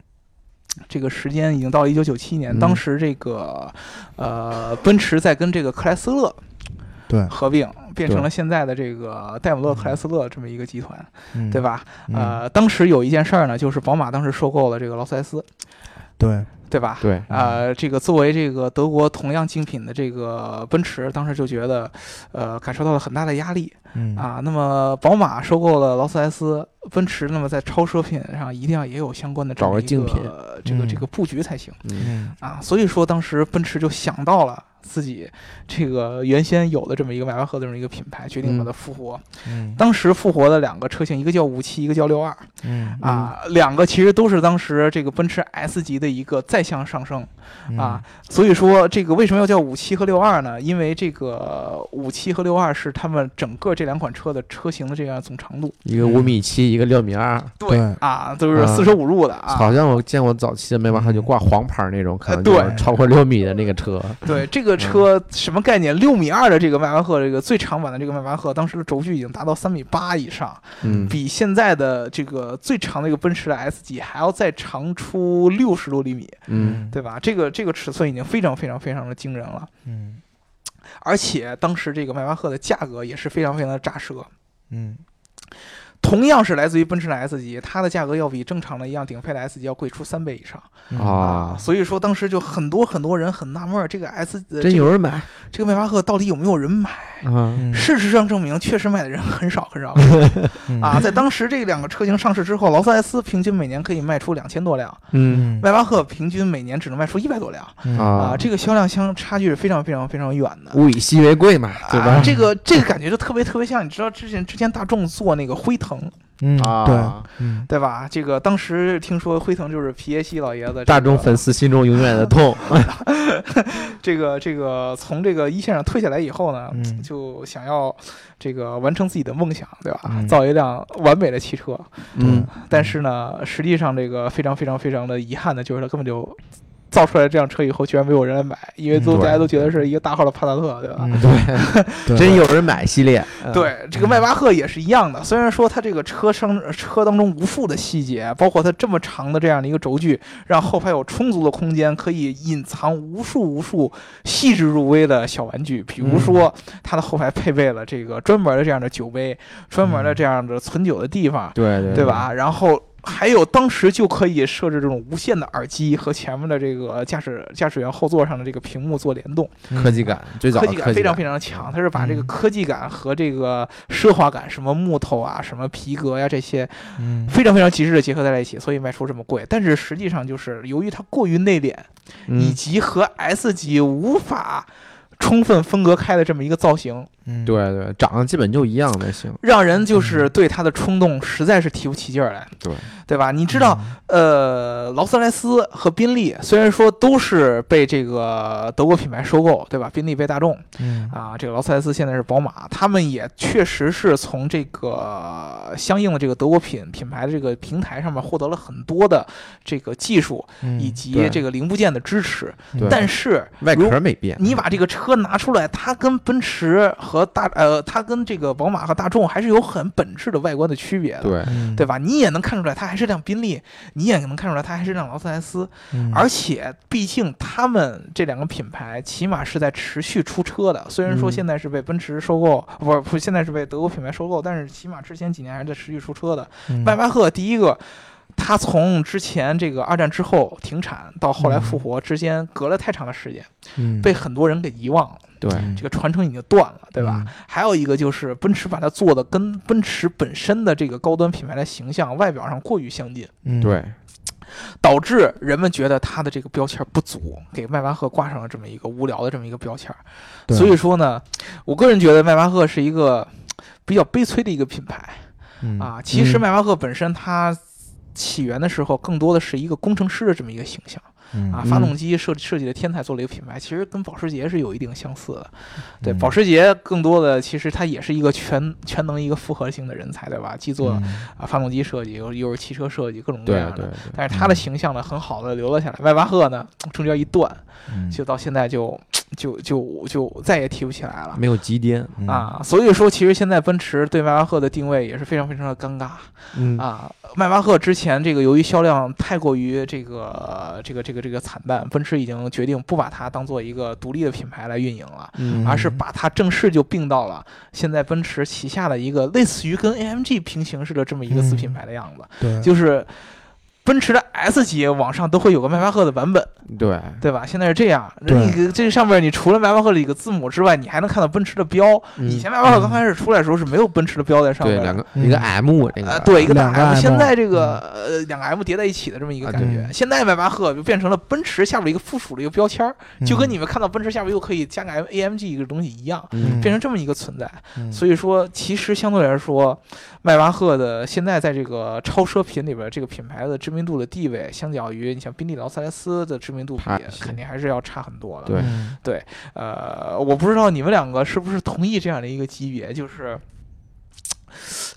Speaker 1: 这个时间已经到了一九九七年，
Speaker 3: 嗯
Speaker 1: 当时这个呃奔驰在跟这个克莱斯勒
Speaker 2: 嗯对
Speaker 1: 合并，变成
Speaker 3: 嗯对嗯
Speaker 1: 了现在的这个戴姆勒克莱斯勒这么一个集团，
Speaker 2: 嗯
Speaker 1: 对吧？
Speaker 2: 嗯
Speaker 1: 呃，当时有一件事儿呢，就是宝马当时收购了这个劳斯莱斯，
Speaker 2: 对
Speaker 1: 对吧？
Speaker 3: 对，
Speaker 1: 呃，这个作为这个德国同样精品的这个奔驰，当时就觉得，呃，感受到了很大的压力
Speaker 2: 嗯
Speaker 1: 啊。那么宝马收购了劳斯莱斯，奔驰那么在超奢品上一定要也有相关的这
Speaker 3: 找
Speaker 1: 么
Speaker 3: 个
Speaker 1: 一
Speaker 3: 竞品
Speaker 1: 个这个这
Speaker 2: 嗯
Speaker 1: 个布局才行
Speaker 3: 嗯
Speaker 2: 嗯
Speaker 1: 啊。所以说当时奔驰就想到了自己这个原先有的这么一个迈巴赫的这么一个品牌，决定把它复活。
Speaker 2: 嗯
Speaker 1: 当时复活的两个车型，一个叫五七，一个叫六二
Speaker 2: 嗯
Speaker 1: 啊，两个其实都是当时这个奔驰 S 级的一个再向上升。
Speaker 2: 嗯
Speaker 1: 啊，所以说这个为什么要叫五七和六二呢？因为这个五七和六二是他们整个这两款车的车型的这样总长度。
Speaker 3: 一个五米七，一个六米二，
Speaker 2: 对
Speaker 1: 啊，都是
Speaker 3: 啊
Speaker 1: 四舍五入的啊。
Speaker 3: 好像我见过早期的迈巴赫就挂黄牌那种，可能
Speaker 1: 呃对
Speaker 3: 就是超过六米的那个 车，
Speaker 1: 对，这个车什么概念？六米二的这个迈巴赫，这个最长版的这个迈巴赫，当时的轴距已经达到三米八以上，
Speaker 3: 嗯
Speaker 1: 比现在的这个最长的一个奔驰的 S 级还要再长出六十多厘米，
Speaker 3: 嗯
Speaker 1: 对吧？这个这个尺寸已经非常非常非常的惊人了。
Speaker 2: 嗯
Speaker 1: 而且当时这个迈巴赫的价格也是非常非常的炸舌，
Speaker 2: 嗯
Speaker 1: 同样是来自于奔驰的 S 级，它的价格要比正常的一样顶配的 S 级要贵出三倍以上
Speaker 2: 嗯
Speaker 3: 啊，
Speaker 1: 嗯所以说当时就很多很多人很纳闷儿，这个 S 呃
Speaker 3: 真
Speaker 1: 这
Speaker 3: 有人买
Speaker 1: 这个迈哎嗯巴赫到底有没有人买？
Speaker 3: 啊，
Speaker 2: 嗯
Speaker 1: 事实上证明，确实买的人很少很少很
Speaker 3: 嗯
Speaker 1: 少
Speaker 2: 嗯
Speaker 1: 啊。在当时这两个车型上市之后，劳斯莱斯平均每年可以卖出两千多辆，
Speaker 3: 嗯
Speaker 2: 嗯
Speaker 1: 迈巴赫平均每年只能卖出一百多辆啊，
Speaker 3: 啊，
Speaker 1: 这个销量相差距是非常非常非常远的。
Speaker 3: 物以稀为贵嘛，对
Speaker 1: 啊
Speaker 3: 吧？
Speaker 1: 这个这个感觉就特别特别像，你知道之前之前大众做那个辉腾，
Speaker 2: 嗯对
Speaker 3: 啊，
Speaker 2: 嗯
Speaker 1: 对吧？这个当时听说辉腾就是皮耶希老爷子，
Speaker 3: 大众粉丝心中永远的痛，
Speaker 1: 这个这个从这个一线上退下来以后呢，
Speaker 2: 嗯
Speaker 1: 就想要这个完成自己的梦想，对吧？
Speaker 2: 嗯
Speaker 1: 造一辆完美的汽车。
Speaker 3: 嗯
Speaker 1: 但是呢，实际上这个非常非常非常的遗憾的就是它根本就造出来这辆车以后，居然没有人来买，因为都
Speaker 3: 嗯对
Speaker 1: 大家都觉得是一个大号的帕萨特，对吧？
Speaker 2: 嗯
Speaker 3: 对，
Speaker 2: 对
Speaker 3: 真有人买系列，嗯，
Speaker 1: 对，这个迈巴赫也是一样的。虽然说它这个车上车当中无数的细节，包括它这么长的这样的一个轴距，让后排有充足的空间，可以隐藏无数无数细致入微的小玩具。比
Speaker 3: 嗯
Speaker 1: 如说，它的后排配备了这个专门的这样的酒杯，专
Speaker 3: 嗯
Speaker 1: 门的这样的存酒的地方，
Speaker 3: 对对
Speaker 1: 对？吧？然后。还有，当时就可以设置这种无线的耳机和前面的这个驾驶驾驶员后座上的这个屏幕做联动，
Speaker 3: 科技感最早
Speaker 1: 嗯科
Speaker 3: 的
Speaker 1: 技
Speaker 3: 科
Speaker 1: 感非
Speaker 3: 技
Speaker 1: 常
Speaker 3: 感
Speaker 1: 非常强，它是把这个
Speaker 2: 嗯
Speaker 1: 科技感和这个奢华感，什么木头啊、什么皮革呀、这些，
Speaker 2: 嗯
Speaker 1: 非常非常极致的结合在了一起，所以卖出这么贵。但是实际上就是由于它过于内敛，以
Speaker 3: 嗯，
Speaker 1: 及和 S 级无法充分分隔开的这么一个造型，
Speaker 2: 嗯，
Speaker 3: 对对，长得基本就一样才行，
Speaker 1: 让人就是对它的冲动实在是提不起劲儿来，
Speaker 3: 对
Speaker 1: 对吧？你知道，呃，劳斯莱斯和宾利虽然说都是被这个德国品牌收购，对吧？宾利被大众。
Speaker 2: 嗯，嗯
Speaker 1: 啊，这个劳斯莱斯现在是宝马，他们也确实是从这个相应的这个德国品品牌的这个平台上面获得了很多的这个技术
Speaker 2: 嗯
Speaker 1: 以及
Speaker 3: 对
Speaker 1: 这个零部件的支持。
Speaker 3: 对
Speaker 1: 但是
Speaker 3: 外
Speaker 1: 如
Speaker 3: 壳没变，
Speaker 1: 你把这个车拿出来，它跟奔驰和大呃，它跟这个宝马和大众还是有很本质的外观的区别的。
Speaker 3: 对
Speaker 2: 嗯
Speaker 1: 对吧？你也能看出来，它还是辆宾利，你也能看出来，它还是辆劳斯莱斯。
Speaker 2: 嗯
Speaker 1: 而且，毕竟他们这两个品牌起码是在持续出车的，虽然说
Speaker 3: 嗯
Speaker 1: 现在是被奔驰收购，不是不，现在是被德国品牌收购，但是起码之前几年还是在持续出车的。
Speaker 2: 嗯
Speaker 1: 迈巴赫第一个，它从之前这个二战之后停产到后来复活之间，隔了太长的时间，
Speaker 2: 嗯
Speaker 1: 被很多人给遗忘了，
Speaker 3: 对
Speaker 2: 嗯
Speaker 1: 这个传承已经断了，对吧？还有一个就是奔驰把它做的跟奔驰本身的这个高端品牌的形象外表上过于相近。
Speaker 2: 嗯
Speaker 3: 对，
Speaker 1: 导致人们觉得它的这个标签不足，给迈巴赫挂上了这么一个无聊的这么一个标签。
Speaker 2: 对
Speaker 1: 所以说呢，我个人觉得迈巴赫是一个比较悲催的一个品牌
Speaker 2: 嗯
Speaker 1: 啊。其实
Speaker 3: 嗯
Speaker 1: 迈巴赫本身它起源的时候，更多的是一个工程师的这么一个形象
Speaker 2: 嗯
Speaker 1: 啊。
Speaker 3: 嗯
Speaker 1: 发动机设设计的天才做了一个品牌，其实跟保时捷是有一定相似的。对，
Speaker 2: 嗯
Speaker 1: 保时捷更多的其实它也是一个全全能一个复合型的人才，对吧？既做
Speaker 2: 嗯
Speaker 1: 啊发动机设计，又又是汽车设计，各种各
Speaker 3: 对
Speaker 1: 样的
Speaker 3: 对。嗯
Speaker 1: 但是他的形象呢，很好的留了下来。迈巴赫呢，中间一断，
Speaker 2: 嗯
Speaker 1: 就到现在就就就就再也提不起来了
Speaker 3: 对，。没有极颠，
Speaker 2: 嗯
Speaker 1: 啊，所以说其实现在奔驰对迈巴赫的定位也是非常非常的尴尬
Speaker 3: 嗯
Speaker 1: 啊。迈巴赫之前这个由于销量太过于这个这个这个这个惨淡，奔驰已经决定不把它当做一个独立的品牌来运营了，
Speaker 3: 嗯
Speaker 1: 而是把它正式就并到了现在奔驰旗下的一个类似于跟 AMG 平行式的这么一个
Speaker 3: 嗯
Speaker 1: 子品牌的样子。
Speaker 2: 对
Speaker 1: 就是奔驰的 S 级往上都会有个迈巴赫的版本，
Speaker 3: 对
Speaker 1: 对吧？现在是这样，
Speaker 2: 对
Speaker 1: 那个这上面你除了迈巴赫里个字母之外，你还能看到奔驰的标。
Speaker 3: 嗯
Speaker 1: 以前迈巴赫刚开始出来的时候是没有奔驰的标在上面
Speaker 3: 对
Speaker 1: 的，
Speaker 3: 两个
Speaker 2: 嗯
Speaker 3: 一个 M
Speaker 1: 呃，
Speaker 3: 这个嗯
Speaker 1: 对一个大
Speaker 2: 两个
Speaker 1: M，
Speaker 2: M
Speaker 1: 现在这个呃两个 M 叠在一起的这么一个
Speaker 3: 啊
Speaker 1: 感觉。
Speaker 2: 对
Speaker 1: 现在迈巴赫就变成了奔驰下边一个附属的一个标签儿，就
Speaker 2: 嗯
Speaker 1: 跟你们看到奔驰下边又可以加个 M- AMG 一个东西一样，
Speaker 3: 嗯
Speaker 1: 变成这么一个存在。
Speaker 2: 嗯
Speaker 1: 所以说，其实相对来说，迈巴赫的现在在这个超奢品里边，这个品牌的知名度的地位，相较于你像宾利、劳斯莱斯的知名度比
Speaker 3: 它，是
Speaker 1: 肯定还是要差很多的。
Speaker 3: 对
Speaker 2: 嗯
Speaker 1: 呃，我不知道你们两个是不是同意这样的一个级别，就是。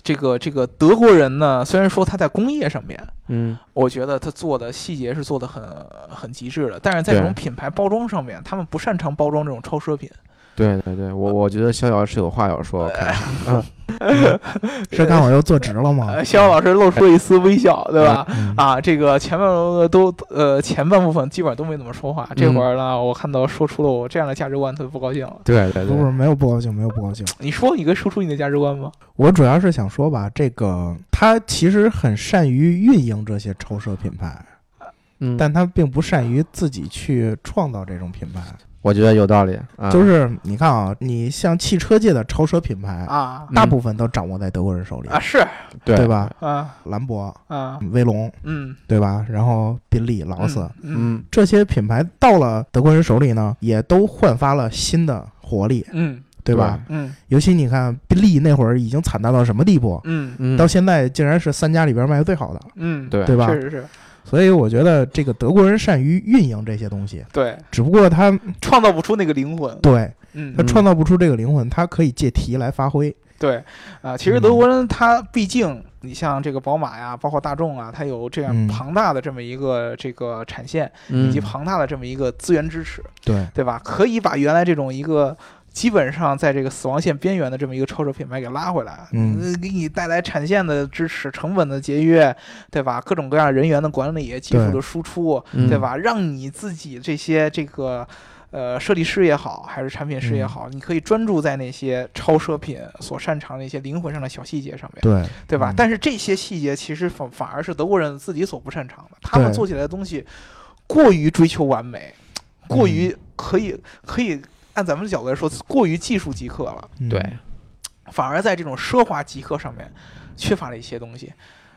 Speaker 1: 这个这个德国人呢，虽然说他在工业上面，
Speaker 3: 嗯
Speaker 1: 我觉得他做的细节是做的很很极致的，但是在
Speaker 3: 对
Speaker 1: 这种品牌包装上面，他们不擅长包装这种超奢品。
Speaker 3: 对对对，我我觉得逍遥是有话要说，我看
Speaker 2: 这干我又坐直了吗
Speaker 1: 呃，？肖老师露出了一丝微笑，对吧？
Speaker 2: 啊嗯
Speaker 1: 啊，这个前半部分都呃前半部分基本上都没怎么说话，这
Speaker 3: 嗯
Speaker 1: 会儿呢，我看到说出了我这样的价值观，特别不高兴了。
Speaker 3: 对对
Speaker 2: 不
Speaker 3: 对，
Speaker 2: 是没有不高兴，没有不高兴。
Speaker 1: 你说你可以说出你的价值观吗？
Speaker 2: 我主要是想说吧，这个他其实很善于运营这些超奢品牌，
Speaker 3: 嗯，
Speaker 2: 但他并不善于自己去创造这种品牌。
Speaker 3: 我觉得有道理，啊
Speaker 2: 就是你看啊，你像汽车界的超奢品牌，
Speaker 1: 啊
Speaker 2: 大部分都掌握在德国人手里，
Speaker 1: 啊是
Speaker 3: 对
Speaker 2: 对？吧？
Speaker 1: 啊
Speaker 2: 兰博、
Speaker 1: 啊
Speaker 2: 威龙，
Speaker 1: 嗯，
Speaker 2: 对吧？然后宾利、劳斯、
Speaker 1: 嗯
Speaker 3: 嗯，
Speaker 2: 这些品牌到了德国人手里呢，也都焕发了新的活力，
Speaker 1: 嗯
Speaker 2: 对吧？
Speaker 1: 嗯
Speaker 2: 尤其你看宾利那会儿已经惨淡到什么地步，
Speaker 1: 嗯
Speaker 3: 嗯，
Speaker 2: 到现在竟然是三家里边卖的最好的了，
Speaker 1: 嗯，
Speaker 3: 对
Speaker 2: 对吧？
Speaker 1: 确实是
Speaker 2: 所以我觉得这个德国人善于运营这些东西，
Speaker 1: 对，
Speaker 2: 只不过他
Speaker 1: 创造不出那个灵魂。
Speaker 2: 对
Speaker 1: 嗯
Speaker 2: 他创造不出这个灵魂，他可以借题来发挥。
Speaker 1: 对，啊、其实
Speaker 2: 嗯
Speaker 1: 德国人他毕竟，你像这个宝马呀，包括大众啊，它有这样
Speaker 2: 嗯
Speaker 1: 庞大的这么一个这个产线，以
Speaker 3: 嗯
Speaker 1: 及庞大的这么一个资源支持，
Speaker 2: 对，
Speaker 1: 对吧？可以把原来这种一个基本上在这个死亡线边缘的这么一个超车品牌给拉回来，
Speaker 2: 嗯
Speaker 1: 呃，给你带来产线的支持、成本的节约，对吧？各种各样人员的管理、技术的输出，
Speaker 3: 嗯
Speaker 1: 对吧？让你自己这些这个。呃，设计师也好，还是产品师也好，你可以专注在那些超奢品所擅长的一些灵魂上的小细节上面，
Speaker 2: 对，
Speaker 1: 对吧？
Speaker 2: 嗯
Speaker 1: 但是这些细节其实反反而是德国人自己所不擅长的，他们
Speaker 2: 对
Speaker 1: 做起来的东西过于追求完美，过
Speaker 2: 嗯
Speaker 1: 于可以可以按咱们的角度来说，过于技术极客了，
Speaker 2: 嗯
Speaker 3: 对，
Speaker 1: 反而在这种奢华极客上面缺乏了一些东西。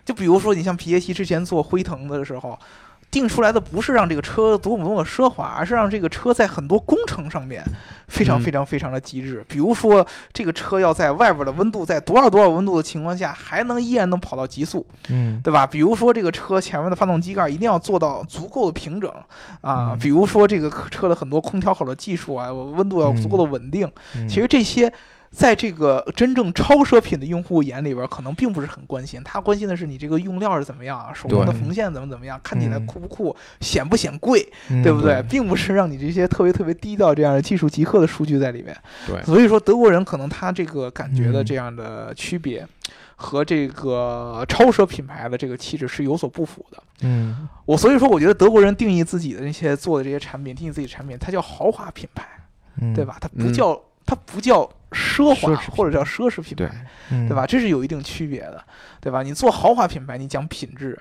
Speaker 1: 就比如说，你像皮耶希之前做辉腾的时候。定出来的不是让这个车多么多么奢华，而是让这个车在很多工程上面非常
Speaker 3: 嗯
Speaker 1: 非常非常的极致。比如说，这个车要在外边的温度在多少多少温度的情况下，还能依然能跑到极速，
Speaker 2: 嗯，
Speaker 1: 对吧？比如说这个车前面的发动机盖一定要做到足够的平整啊，
Speaker 2: 嗯
Speaker 1: 比如说这个车的很多空调好的技术啊，温度要足够的稳定。
Speaker 2: 嗯
Speaker 1: 其实这些。在这个真正超奢品的用户眼里边，可能并不是很关心，他关心的是你这个用料是怎么样啊，手工的
Speaker 2: 对
Speaker 1: 缝线怎么怎么样，看起来
Speaker 2: 嗯
Speaker 1: 酷不酷，显不显贵，
Speaker 2: 嗯
Speaker 1: 对不对？并不是让你这些特别特别低调这样的技术极客的数据在里面。
Speaker 3: 对
Speaker 1: 所以说德国人可能他这个感觉的
Speaker 2: 嗯
Speaker 1: 这样的区别，和这个超奢品牌的这个气质是有所不符的。
Speaker 2: 嗯，
Speaker 1: 我所以说，我觉得德国人定义自己的那些做的这些产品，定义自己的产品，它叫豪华品牌，
Speaker 2: 嗯
Speaker 1: 对？吧？它不
Speaker 3: 嗯
Speaker 1: 叫、它不叫奢华
Speaker 3: 奢侈品
Speaker 1: 或者叫奢侈品
Speaker 3: 对
Speaker 1: 牌，
Speaker 2: 嗯
Speaker 1: 对吧？？这是有一定区别的，对吧？你做豪华品牌，你讲品质、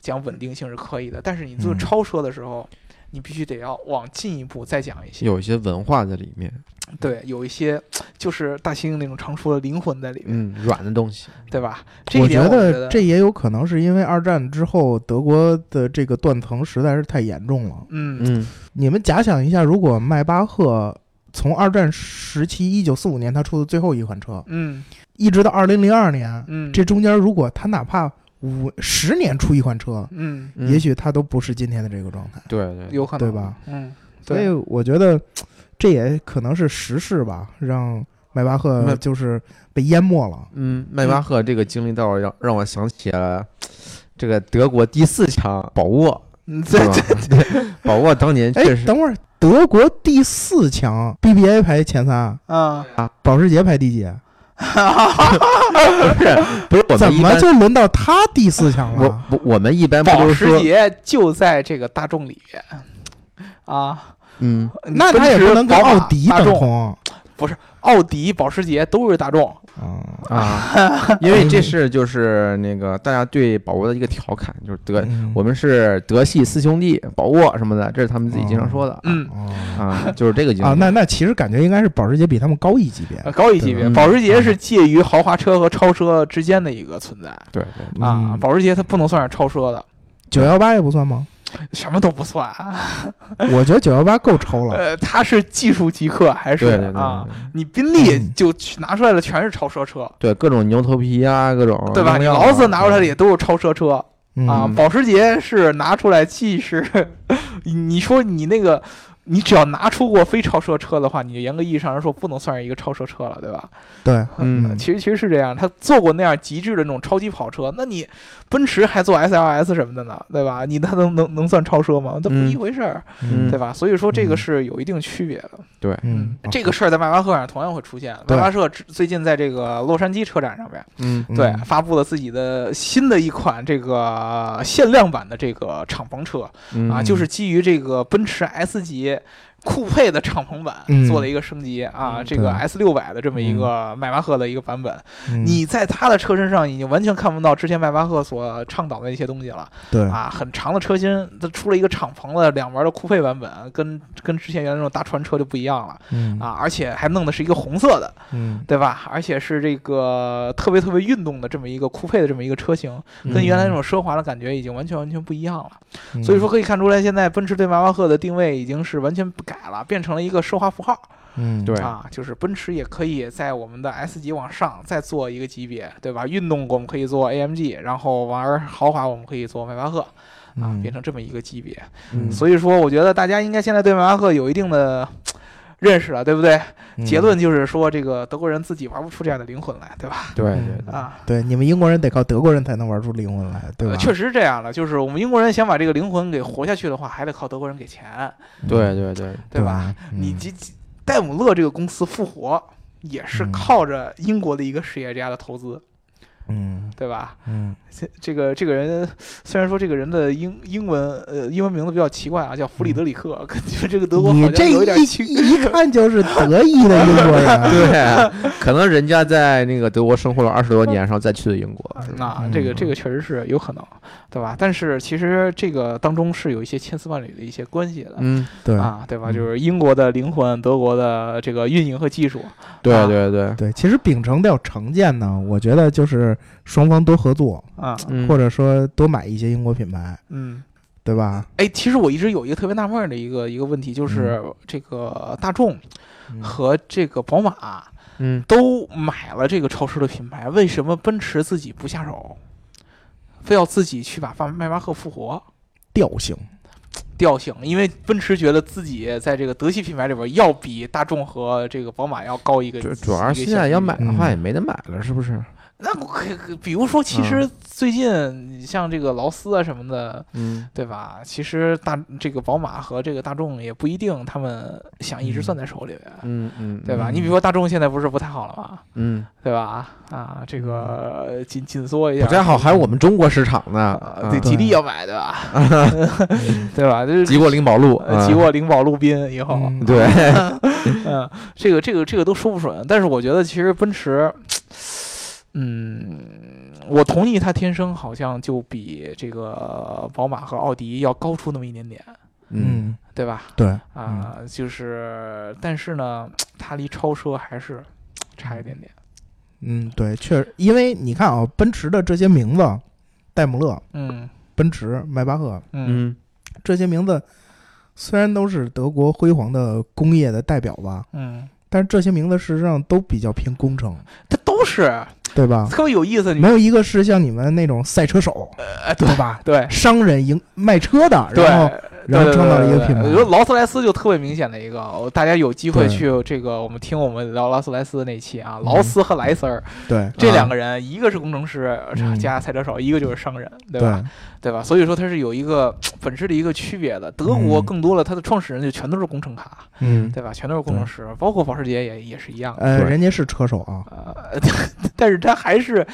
Speaker 1: 讲稳定性是可以的，但是你做
Speaker 2: 嗯
Speaker 1: 超奢的时候，你必须得要往进一步再讲一些，
Speaker 3: 有一些文化在里面，
Speaker 1: 对，有一些就是大猩猩那种常说的灵魂在里面，
Speaker 3: 嗯，软的东西，
Speaker 1: 对吧？这
Speaker 2: 我
Speaker 1: 一点我
Speaker 2: 得这也有可能是因为二战之后德国的这个断层实在是太严重了。
Speaker 1: 嗯
Speaker 3: 嗯
Speaker 2: 你们假想一下，如果迈巴赫从二战时期一九四五年他出的最后一款车，
Speaker 1: 嗯
Speaker 2: 一直到二零零二年，
Speaker 1: 嗯，
Speaker 2: 这中间如果他哪怕五十年出一款车，
Speaker 1: 嗯
Speaker 3: 嗯
Speaker 2: 也许他都不是今天的这个状态，
Speaker 3: 对对，
Speaker 1: 有可能
Speaker 2: 对？吧？
Speaker 1: 嗯，
Speaker 2: 所以
Speaker 1: 对
Speaker 2: 我觉得这也可能是时势吧，让迈巴
Speaker 3: 迈
Speaker 2: 赫就是被淹没了。
Speaker 3: 嗯，迈巴赫这个经历倒是让让我想起了这个德国第四强宝沃，
Speaker 1: 嗯
Speaker 3: 对
Speaker 1: 对
Speaker 3: 吧？
Speaker 1: 对，
Speaker 3: 对， 宝沃当年
Speaker 2: 哎
Speaker 3: 确，实
Speaker 2: 等会儿，德国第四强，BBA 排前三，
Speaker 1: 啊，
Speaker 2: 保时捷排第几？
Speaker 3: 不是不是我
Speaker 2: 怎
Speaker 3: 们一
Speaker 2: 么
Speaker 3: 般
Speaker 2: 就轮到他第四强
Speaker 3: 我
Speaker 2: 了？
Speaker 3: 我我们一般不
Speaker 1: 保
Speaker 3: 都
Speaker 1: 时
Speaker 3: 说
Speaker 1: 捷就在这个大众里面啊，
Speaker 3: 嗯
Speaker 2: 那他也
Speaker 1: 奔驰
Speaker 2: 不能跟
Speaker 1: 宝马
Speaker 2: 奥迪
Speaker 1: 大
Speaker 2: 等
Speaker 1: 众，
Speaker 2: 同。啊
Speaker 1: 奥迪、保时捷都是大众，
Speaker 2: 嗯
Speaker 3: 啊，因为这是就是那个大家对宝沃的一个调侃，就是德
Speaker 2: 嗯
Speaker 3: 我们是德系四兄弟，宝沃什么的，这是他们自己经常说的啊。
Speaker 1: 嗯。
Speaker 2: 哦
Speaker 3: 啊，就是这个经历
Speaker 2: 啊，那那其实感觉应该是保时捷比他们高一级别
Speaker 1: 呃高一级别，
Speaker 3: 嗯
Speaker 1: 保时捷是介于豪华车和超车之间的一个存在
Speaker 3: 对
Speaker 2: 嗯
Speaker 3: 对，
Speaker 1: 啊。保时捷它不能算是超车的，
Speaker 2: 九幺八也不 算吗？
Speaker 1: 什么都不算啊。
Speaker 2: 我觉得九幺八够抽 了。
Speaker 1: 呃，它是技术极客还是
Speaker 3: 对对对
Speaker 1: 啊？
Speaker 3: 对
Speaker 1: 你宾利
Speaker 2: 嗯哦
Speaker 1: 就去拿出来的全是超奢车，
Speaker 3: 对各种牛头皮啊，各种
Speaker 1: 对吧？你
Speaker 3: 荣耀啊
Speaker 1: 劳斯拿出来的也都是超奢车啊
Speaker 2: 嗯，，
Speaker 1: 保时捷是拿出来既是， 你说你那个。你只要拿出过非超奢车的话，你就严格意义上来说不能算是一个超奢车了，对吧？
Speaker 2: 对，
Speaker 3: 嗯
Speaker 1: 其实其实是这样，他做过那样极致的那种超级跑车，那你奔驰还做 SLS 什么的呢，对吧？你那能能能算超车吗？那不
Speaker 3: 嗯
Speaker 1: 一回事儿，
Speaker 3: 嗯哦
Speaker 1: 对吧？所以说这个
Speaker 2: 嗯
Speaker 1: 是有一定区别的。
Speaker 3: 对，
Speaker 2: 嗯，
Speaker 1: 这个事儿在迈巴赫上同样会出现。迈
Speaker 2: 对
Speaker 1: 巴赫之最近在这个洛杉矶车展上面，
Speaker 3: 嗯
Speaker 2: 嗯
Speaker 1: 对，发布了自己的新的一款这个限量版的这个敞篷车
Speaker 3: 嗯
Speaker 1: 啊，就是基于这个奔驰 S 级。酷配的敞篷版
Speaker 2: 嗯
Speaker 1: 做了一个升级啊，
Speaker 3: 嗯
Speaker 1: 这个
Speaker 2: 对
Speaker 1: S 六百的这么一个迈巴赫的一个版本，
Speaker 2: 嗯
Speaker 1: 你在它的车身上已经完全看不到之前迈巴赫所倡导的那些东西了。
Speaker 2: 对
Speaker 1: 啊，很长的车身，它出了一个敞篷的两门的酷配版本，跟跟之前原来那种大船车就不一样了
Speaker 2: 嗯
Speaker 1: 啊，而且还弄的是一个红色的，
Speaker 2: 嗯
Speaker 1: 对吧？而且是这个特别特别运动的这么一个酷配的这么一个车型，跟原来那种奢华的感觉已经完全完全不一样了。
Speaker 2: 嗯
Speaker 1: 所以说可以看出来，现在奔驰对迈巴赫的定位已经是完全不改了，变成了一个奢华符号
Speaker 2: 嗯
Speaker 3: 对
Speaker 1: 啊，就是奔驰也可以在我们的 S 级往上再做一个级别，对吧？运动我们可以做 AMG，然后玩儿豪华我们可以做迈巴赫。啊，
Speaker 2: 嗯
Speaker 1: 变成这么一个级别。
Speaker 3: 嗯
Speaker 1: 所以说，我觉得大家应该现在对迈巴赫有一定的认识了，对不对？
Speaker 2: 嗯
Speaker 1: 结论就是说，这个德国人自己玩不出这样的灵魂来，对吧？
Speaker 3: 对
Speaker 2: 嗯
Speaker 3: 对
Speaker 1: 啊，
Speaker 2: 对你们英国人得靠德国人才能玩出灵魂来，对吧？
Speaker 1: 呃确实是这样的，就是我们英国人想把这个灵魂给活下去的话，还得靠德国人给钱，
Speaker 3: 对对对，
Speaker 1: 对吧？
Speaker 2: 嗯吧？嗯
Speaker 1: 你这这戴姆勒这个公司复活也是
Speaker 2: 嗯
Speaker 1: 靠着英国的一个实业家的投资，
Speaker 2: 嗯
Speaker 1: 对吧？
Speaker 2: 嗯
Speaker 1: 这这个这个人虽然说这个人的英英文呃英文名字比较奇怪啊，叫弗里德里克， 感觉这个德国好
Speaker 2: 嗯你这
Speaker 1: 像有一点
Speaker 2: 一
Speaker 1: 轻。
Speaker 2: 一看就是德意的英国 人，
Speaker 3: 对，可能人家在那个德国生活了二十多年，然后再去的英国。
Speaker 1: 啊
Speaker 2: 嗯
Speaker 1: 那这个这个确实是有可能，对吧？但是其实这个当中是有一些千丝万缕的一些关系的。
Speaker 3: 嗯，
Speaker 2: 对
Speaker 1: 啊，对吧？
Speaker 2: 嗯
Speaker 1: 就是英国的灵魂，德国的这个运营和技术，
Speaker 3: 对对对，
Speaker 2: 对。其实秉承掉成见呢，我觉得就是双方多合作，
Speaker 1: 啊，
Speaker 3: 嗯
Speaker 2: 或者说多买一些英国品牌，
Speaker 1: 嗯，
Speaker 2: 对吧？
Speaker 1: 哎，其实我一直有一个特别纳闷儿的一个一个问题，就是
Speaker 2: 嗯
Speaker 1: 这个大众和这个宝马
Speaker 3: 嗯，
Speaker 1: 都买了这个超市的品牌，为什么奔驰自己不下手，非要自己去把发迈巴赫复活？
Speaker 2: 调 性，
Speaker 1: 调性，因为奔驰觉得自己在这个德系品牌里边要比大众和这个宝马要高一个，
Speaker 3: 主主要是现在要买的话也没得买了，是不是？
Speaker 1: 那我可以，比如说，其实最近像这个劳斯啊什么的，
Speaker 3: 嗯，
Speaker 1: 对吧？其实大这个宝马和这个大众也不一定他们想一直攥在手里边，
Speaker 3: 嗯嗯，
Speaker 1: 对吧？
Speaker 2: 嗯
Speaker 1: 你比如说大众现在不是不太好了吗？
Speaker 3: 嗯，
Speaker 1: 对吧？啊，这个紧紧缩一下，
Speaker 3: 不太好，还是我们中国市场呢。
Speaker 1: 啊，
Speaker 3: 啊
Speaker 1: 对，
Speaker 2: 对
Speaker 1: 吉利要买对吧？对吧？就是
Speaker 3: 吉过灵宝路，
Speaker 1: 呃吉
Speaker 3: 啊
Speaker 1: 沃灵宝路宾以后，
Speaker 2: 嗯
Speaker 3: 对，
Speaker 1: 嗯，这个这个这个都说不准，但是我觉得其实奔驰，嗯，我同意它天生好像就比这个宝马和奥迪要高出那么一点点，
Speaker 3: 嗯，
Speaker 2: 嗯，
Speaker 1: 对吧？
Speaker 2: 对，
Speaker 1: 啊、就是，但是呢，它离超车还是差一点点。
Speaker 2: 嗯，对，确实，因为你看啊，奔驰的这些名字，戴姆勒、
Speaker 1: 嗯
Speaker 2: 奔驰、迈巴赫
Speaker 1: 嗯
Speaker 3: 嗯
Speaker 2: 这些名字，虽然都是德国辉煌的工业的代表吧，
Speaker 1: 嗯，
Speaker 2: 但是这些名字事实上都比较偏工程，
Speaker 1: 它都是
Speaker 2: 对吧？
Speaker 1: 特别有意思。你
Speaker 2: 没有一个是像你们那种赛车手，
Speaker 3: 呃
Speaker 1: 哎，对
Speaker 2: 对吧？
Speaker 1: 对
Speaker 2: 商人营卖车的，
Speaker 1: 对
Speaker 2: 然后然后
Speaker 1: 对
Speaker 2: 创造了一个
Speaker 1: 对对
Speaker 2: 品牌
Speaker 1: 对我觉得劳斯莱斯就特别明显的一个，我大家有机会
Speaker 2: 对嗯
Speaker 1: 去这个我们听我们聊劳斯莱斯那期啊，劳斯和莱斯儿。
Speaker 2: 对
Speaker 1: 这两个人，一个是工程师
Speaker 2: 嗯
Speaker 1: 加赛车手，一个就是商人，对
Speaker 2: 啊对
Speaker 1: 吧？对吧？所以说它是有一个本质的一个区别的。德国
Speaker 2: 嗯
Speaker 1: 更多了，它的创始人就全都是工程卡，
Speaker 2: 嗯，
Speaker 1: 对吧？全都是工程师，包括保时捷也也是一样的。
Speaker 2: 呃，
Speaker 3: 对
Speaker 2: 人家是车手啊，
Speaker 1: 呃，但是他还是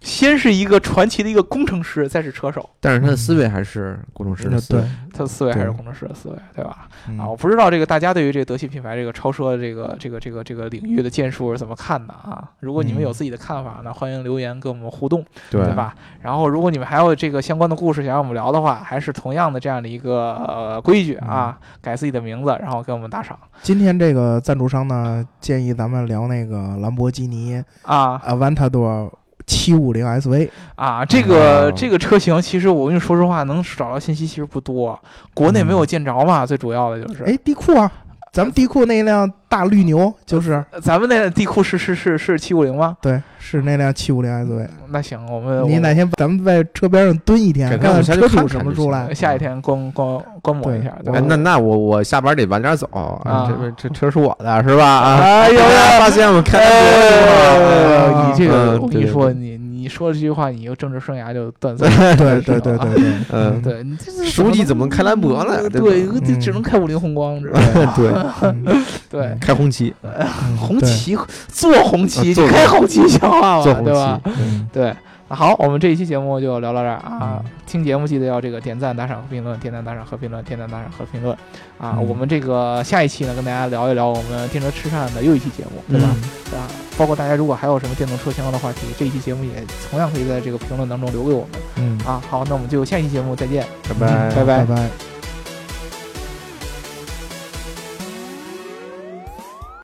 Speaker 1: 先是一个传奇的一个工程师，再是车手，
Speaker 3: 但是他的思维还是工程师的
Speaker 2: 那
Speaker 3: 思
Speaker 2: 对
Speaker 3: 维。，
Speaker 1: 他的思维还是
Speaker 2: 对
Speaker 1: 工程师的思维，对吧？
Speaker 2: 嗯
Speaker 1: 啊，我不知道这个大家对于这个德系品牌这个超车这个这个这个这个领域的建树是怎么看的啊？如果你们
Speaker 2: 嗯
Speaker 1: 有自己的看法呢，欢迎留言跟我们互动。
Speaker 3: 对
Speaker 1: 对？吧？然后，如果你们还有这个相关的故事想让我们聊的话，还是同样的这样的一个呃规矩啊，改自己的名字，然后给我们打赏
Speaker 2: 今天这个赞助商呢，建议咱们聊那个兰博基尼
Speaker 1: 啊
Speaker 2: Aventador 七五零 SV，
Speaker 1: 啊！这个、
Speaker 3: 哦
Speaker 1: 这个车型，其实我跟你说实话，能找到信息其实不多，国内没有见着嘛，最主要的就是。
Speaker 2: 哎，地库啊，咱们地库那辆大绿牛就是
Speaker 1: 咱们那地库是是是是七五零吗？
Speaker 2: 对，是那辆七五零 SV。
Speaker 1: 那行，我们
Speaker 2: 你
Speaker 1: 呃我
Speaker 2: 哪天咱们在车边上蹲一天，
Speaker 3: 改天我
Speaker 2: 看
Speaker 3: 们下去
Speaker 2: 车主
Speaker 3: 看看
Speaker 2: 什么时候
Speaker 3: 就行
Speaker 2: 出
Speaker 3: 了
Speaker 2: 来。
Speaker 1: 下一天观观观摩一下，对
Speaker 2: 对
Speaker 1: 吧
Speaker 3: 哎，那那我我下班得晚点走，啊
Speaker 1: 啊
Speaker 3: 这这车是我的，是吧？啊，
Speaker 1: 哎呦
Speaker 3: 大家
Speaker 1: 呀！
Speaker 3: 发现我开
Speaker 1: 哎
Speaker 3: 的
Speaker 1: 呦，你这个，
Speaker 3: 啊嗯
Speaker 1: 我跟你
Speaker 3: 对
Speaker 1: 说，
Speaker 3: 对
Speaker 1: 你你说这句话，你又政治生涯就断送了。
Speaker 2: 对对对对对，
Speaker 3: 嗯
Speaker 1: 对，你这是嗯
Speaker 3: 书记怎么开兰博了对吧嗯
Speaker 1: 对，这只能开五菱宏光，知道吗？
Speaker 3: 对，
Speaker 2: 嗯
Speaker 1: 对，
Speaker 3: 开红旗，
Speaker 1: 红，
Speaker 2: 嗯
Speaker 1: 旗做红旗，
Speaker 3: 啊做
Speaker 1: 你开红旗像话
Speaker 3: 做
Speaker 1: 吗？
Speaker 3: 红
Speaker 1: 对吧？
Speaker 3: 旗，
Speaker 2: 对嗯
Speaker 1: 对，那好，我们这一期节目就聊到这儿啊
Speaker 2: 嗯！
Speaker 1: 听节目记得要这个点赞、打赏和评论，点赞、打赏和评论，点赞、打赏和评论啊！
Speaker 2: 嗯
Speaker 1: 我们这个下一期呢，跟大家聊一聊我们电车吃饭的又一期节目，对吧？
Speaker 2: 嗯
Speaker 1: 啊，包括大家如果还有什么电动车相关的话题，这一期节目也同样可以在这个评论当中留给我们
Speaker 2: 嗯，
Speaker 1: 啊！好，那我们就下一期节目再见，
Speaker 3: 拜拜
Speaker 1: 拜
Speaker 2: 拜拜。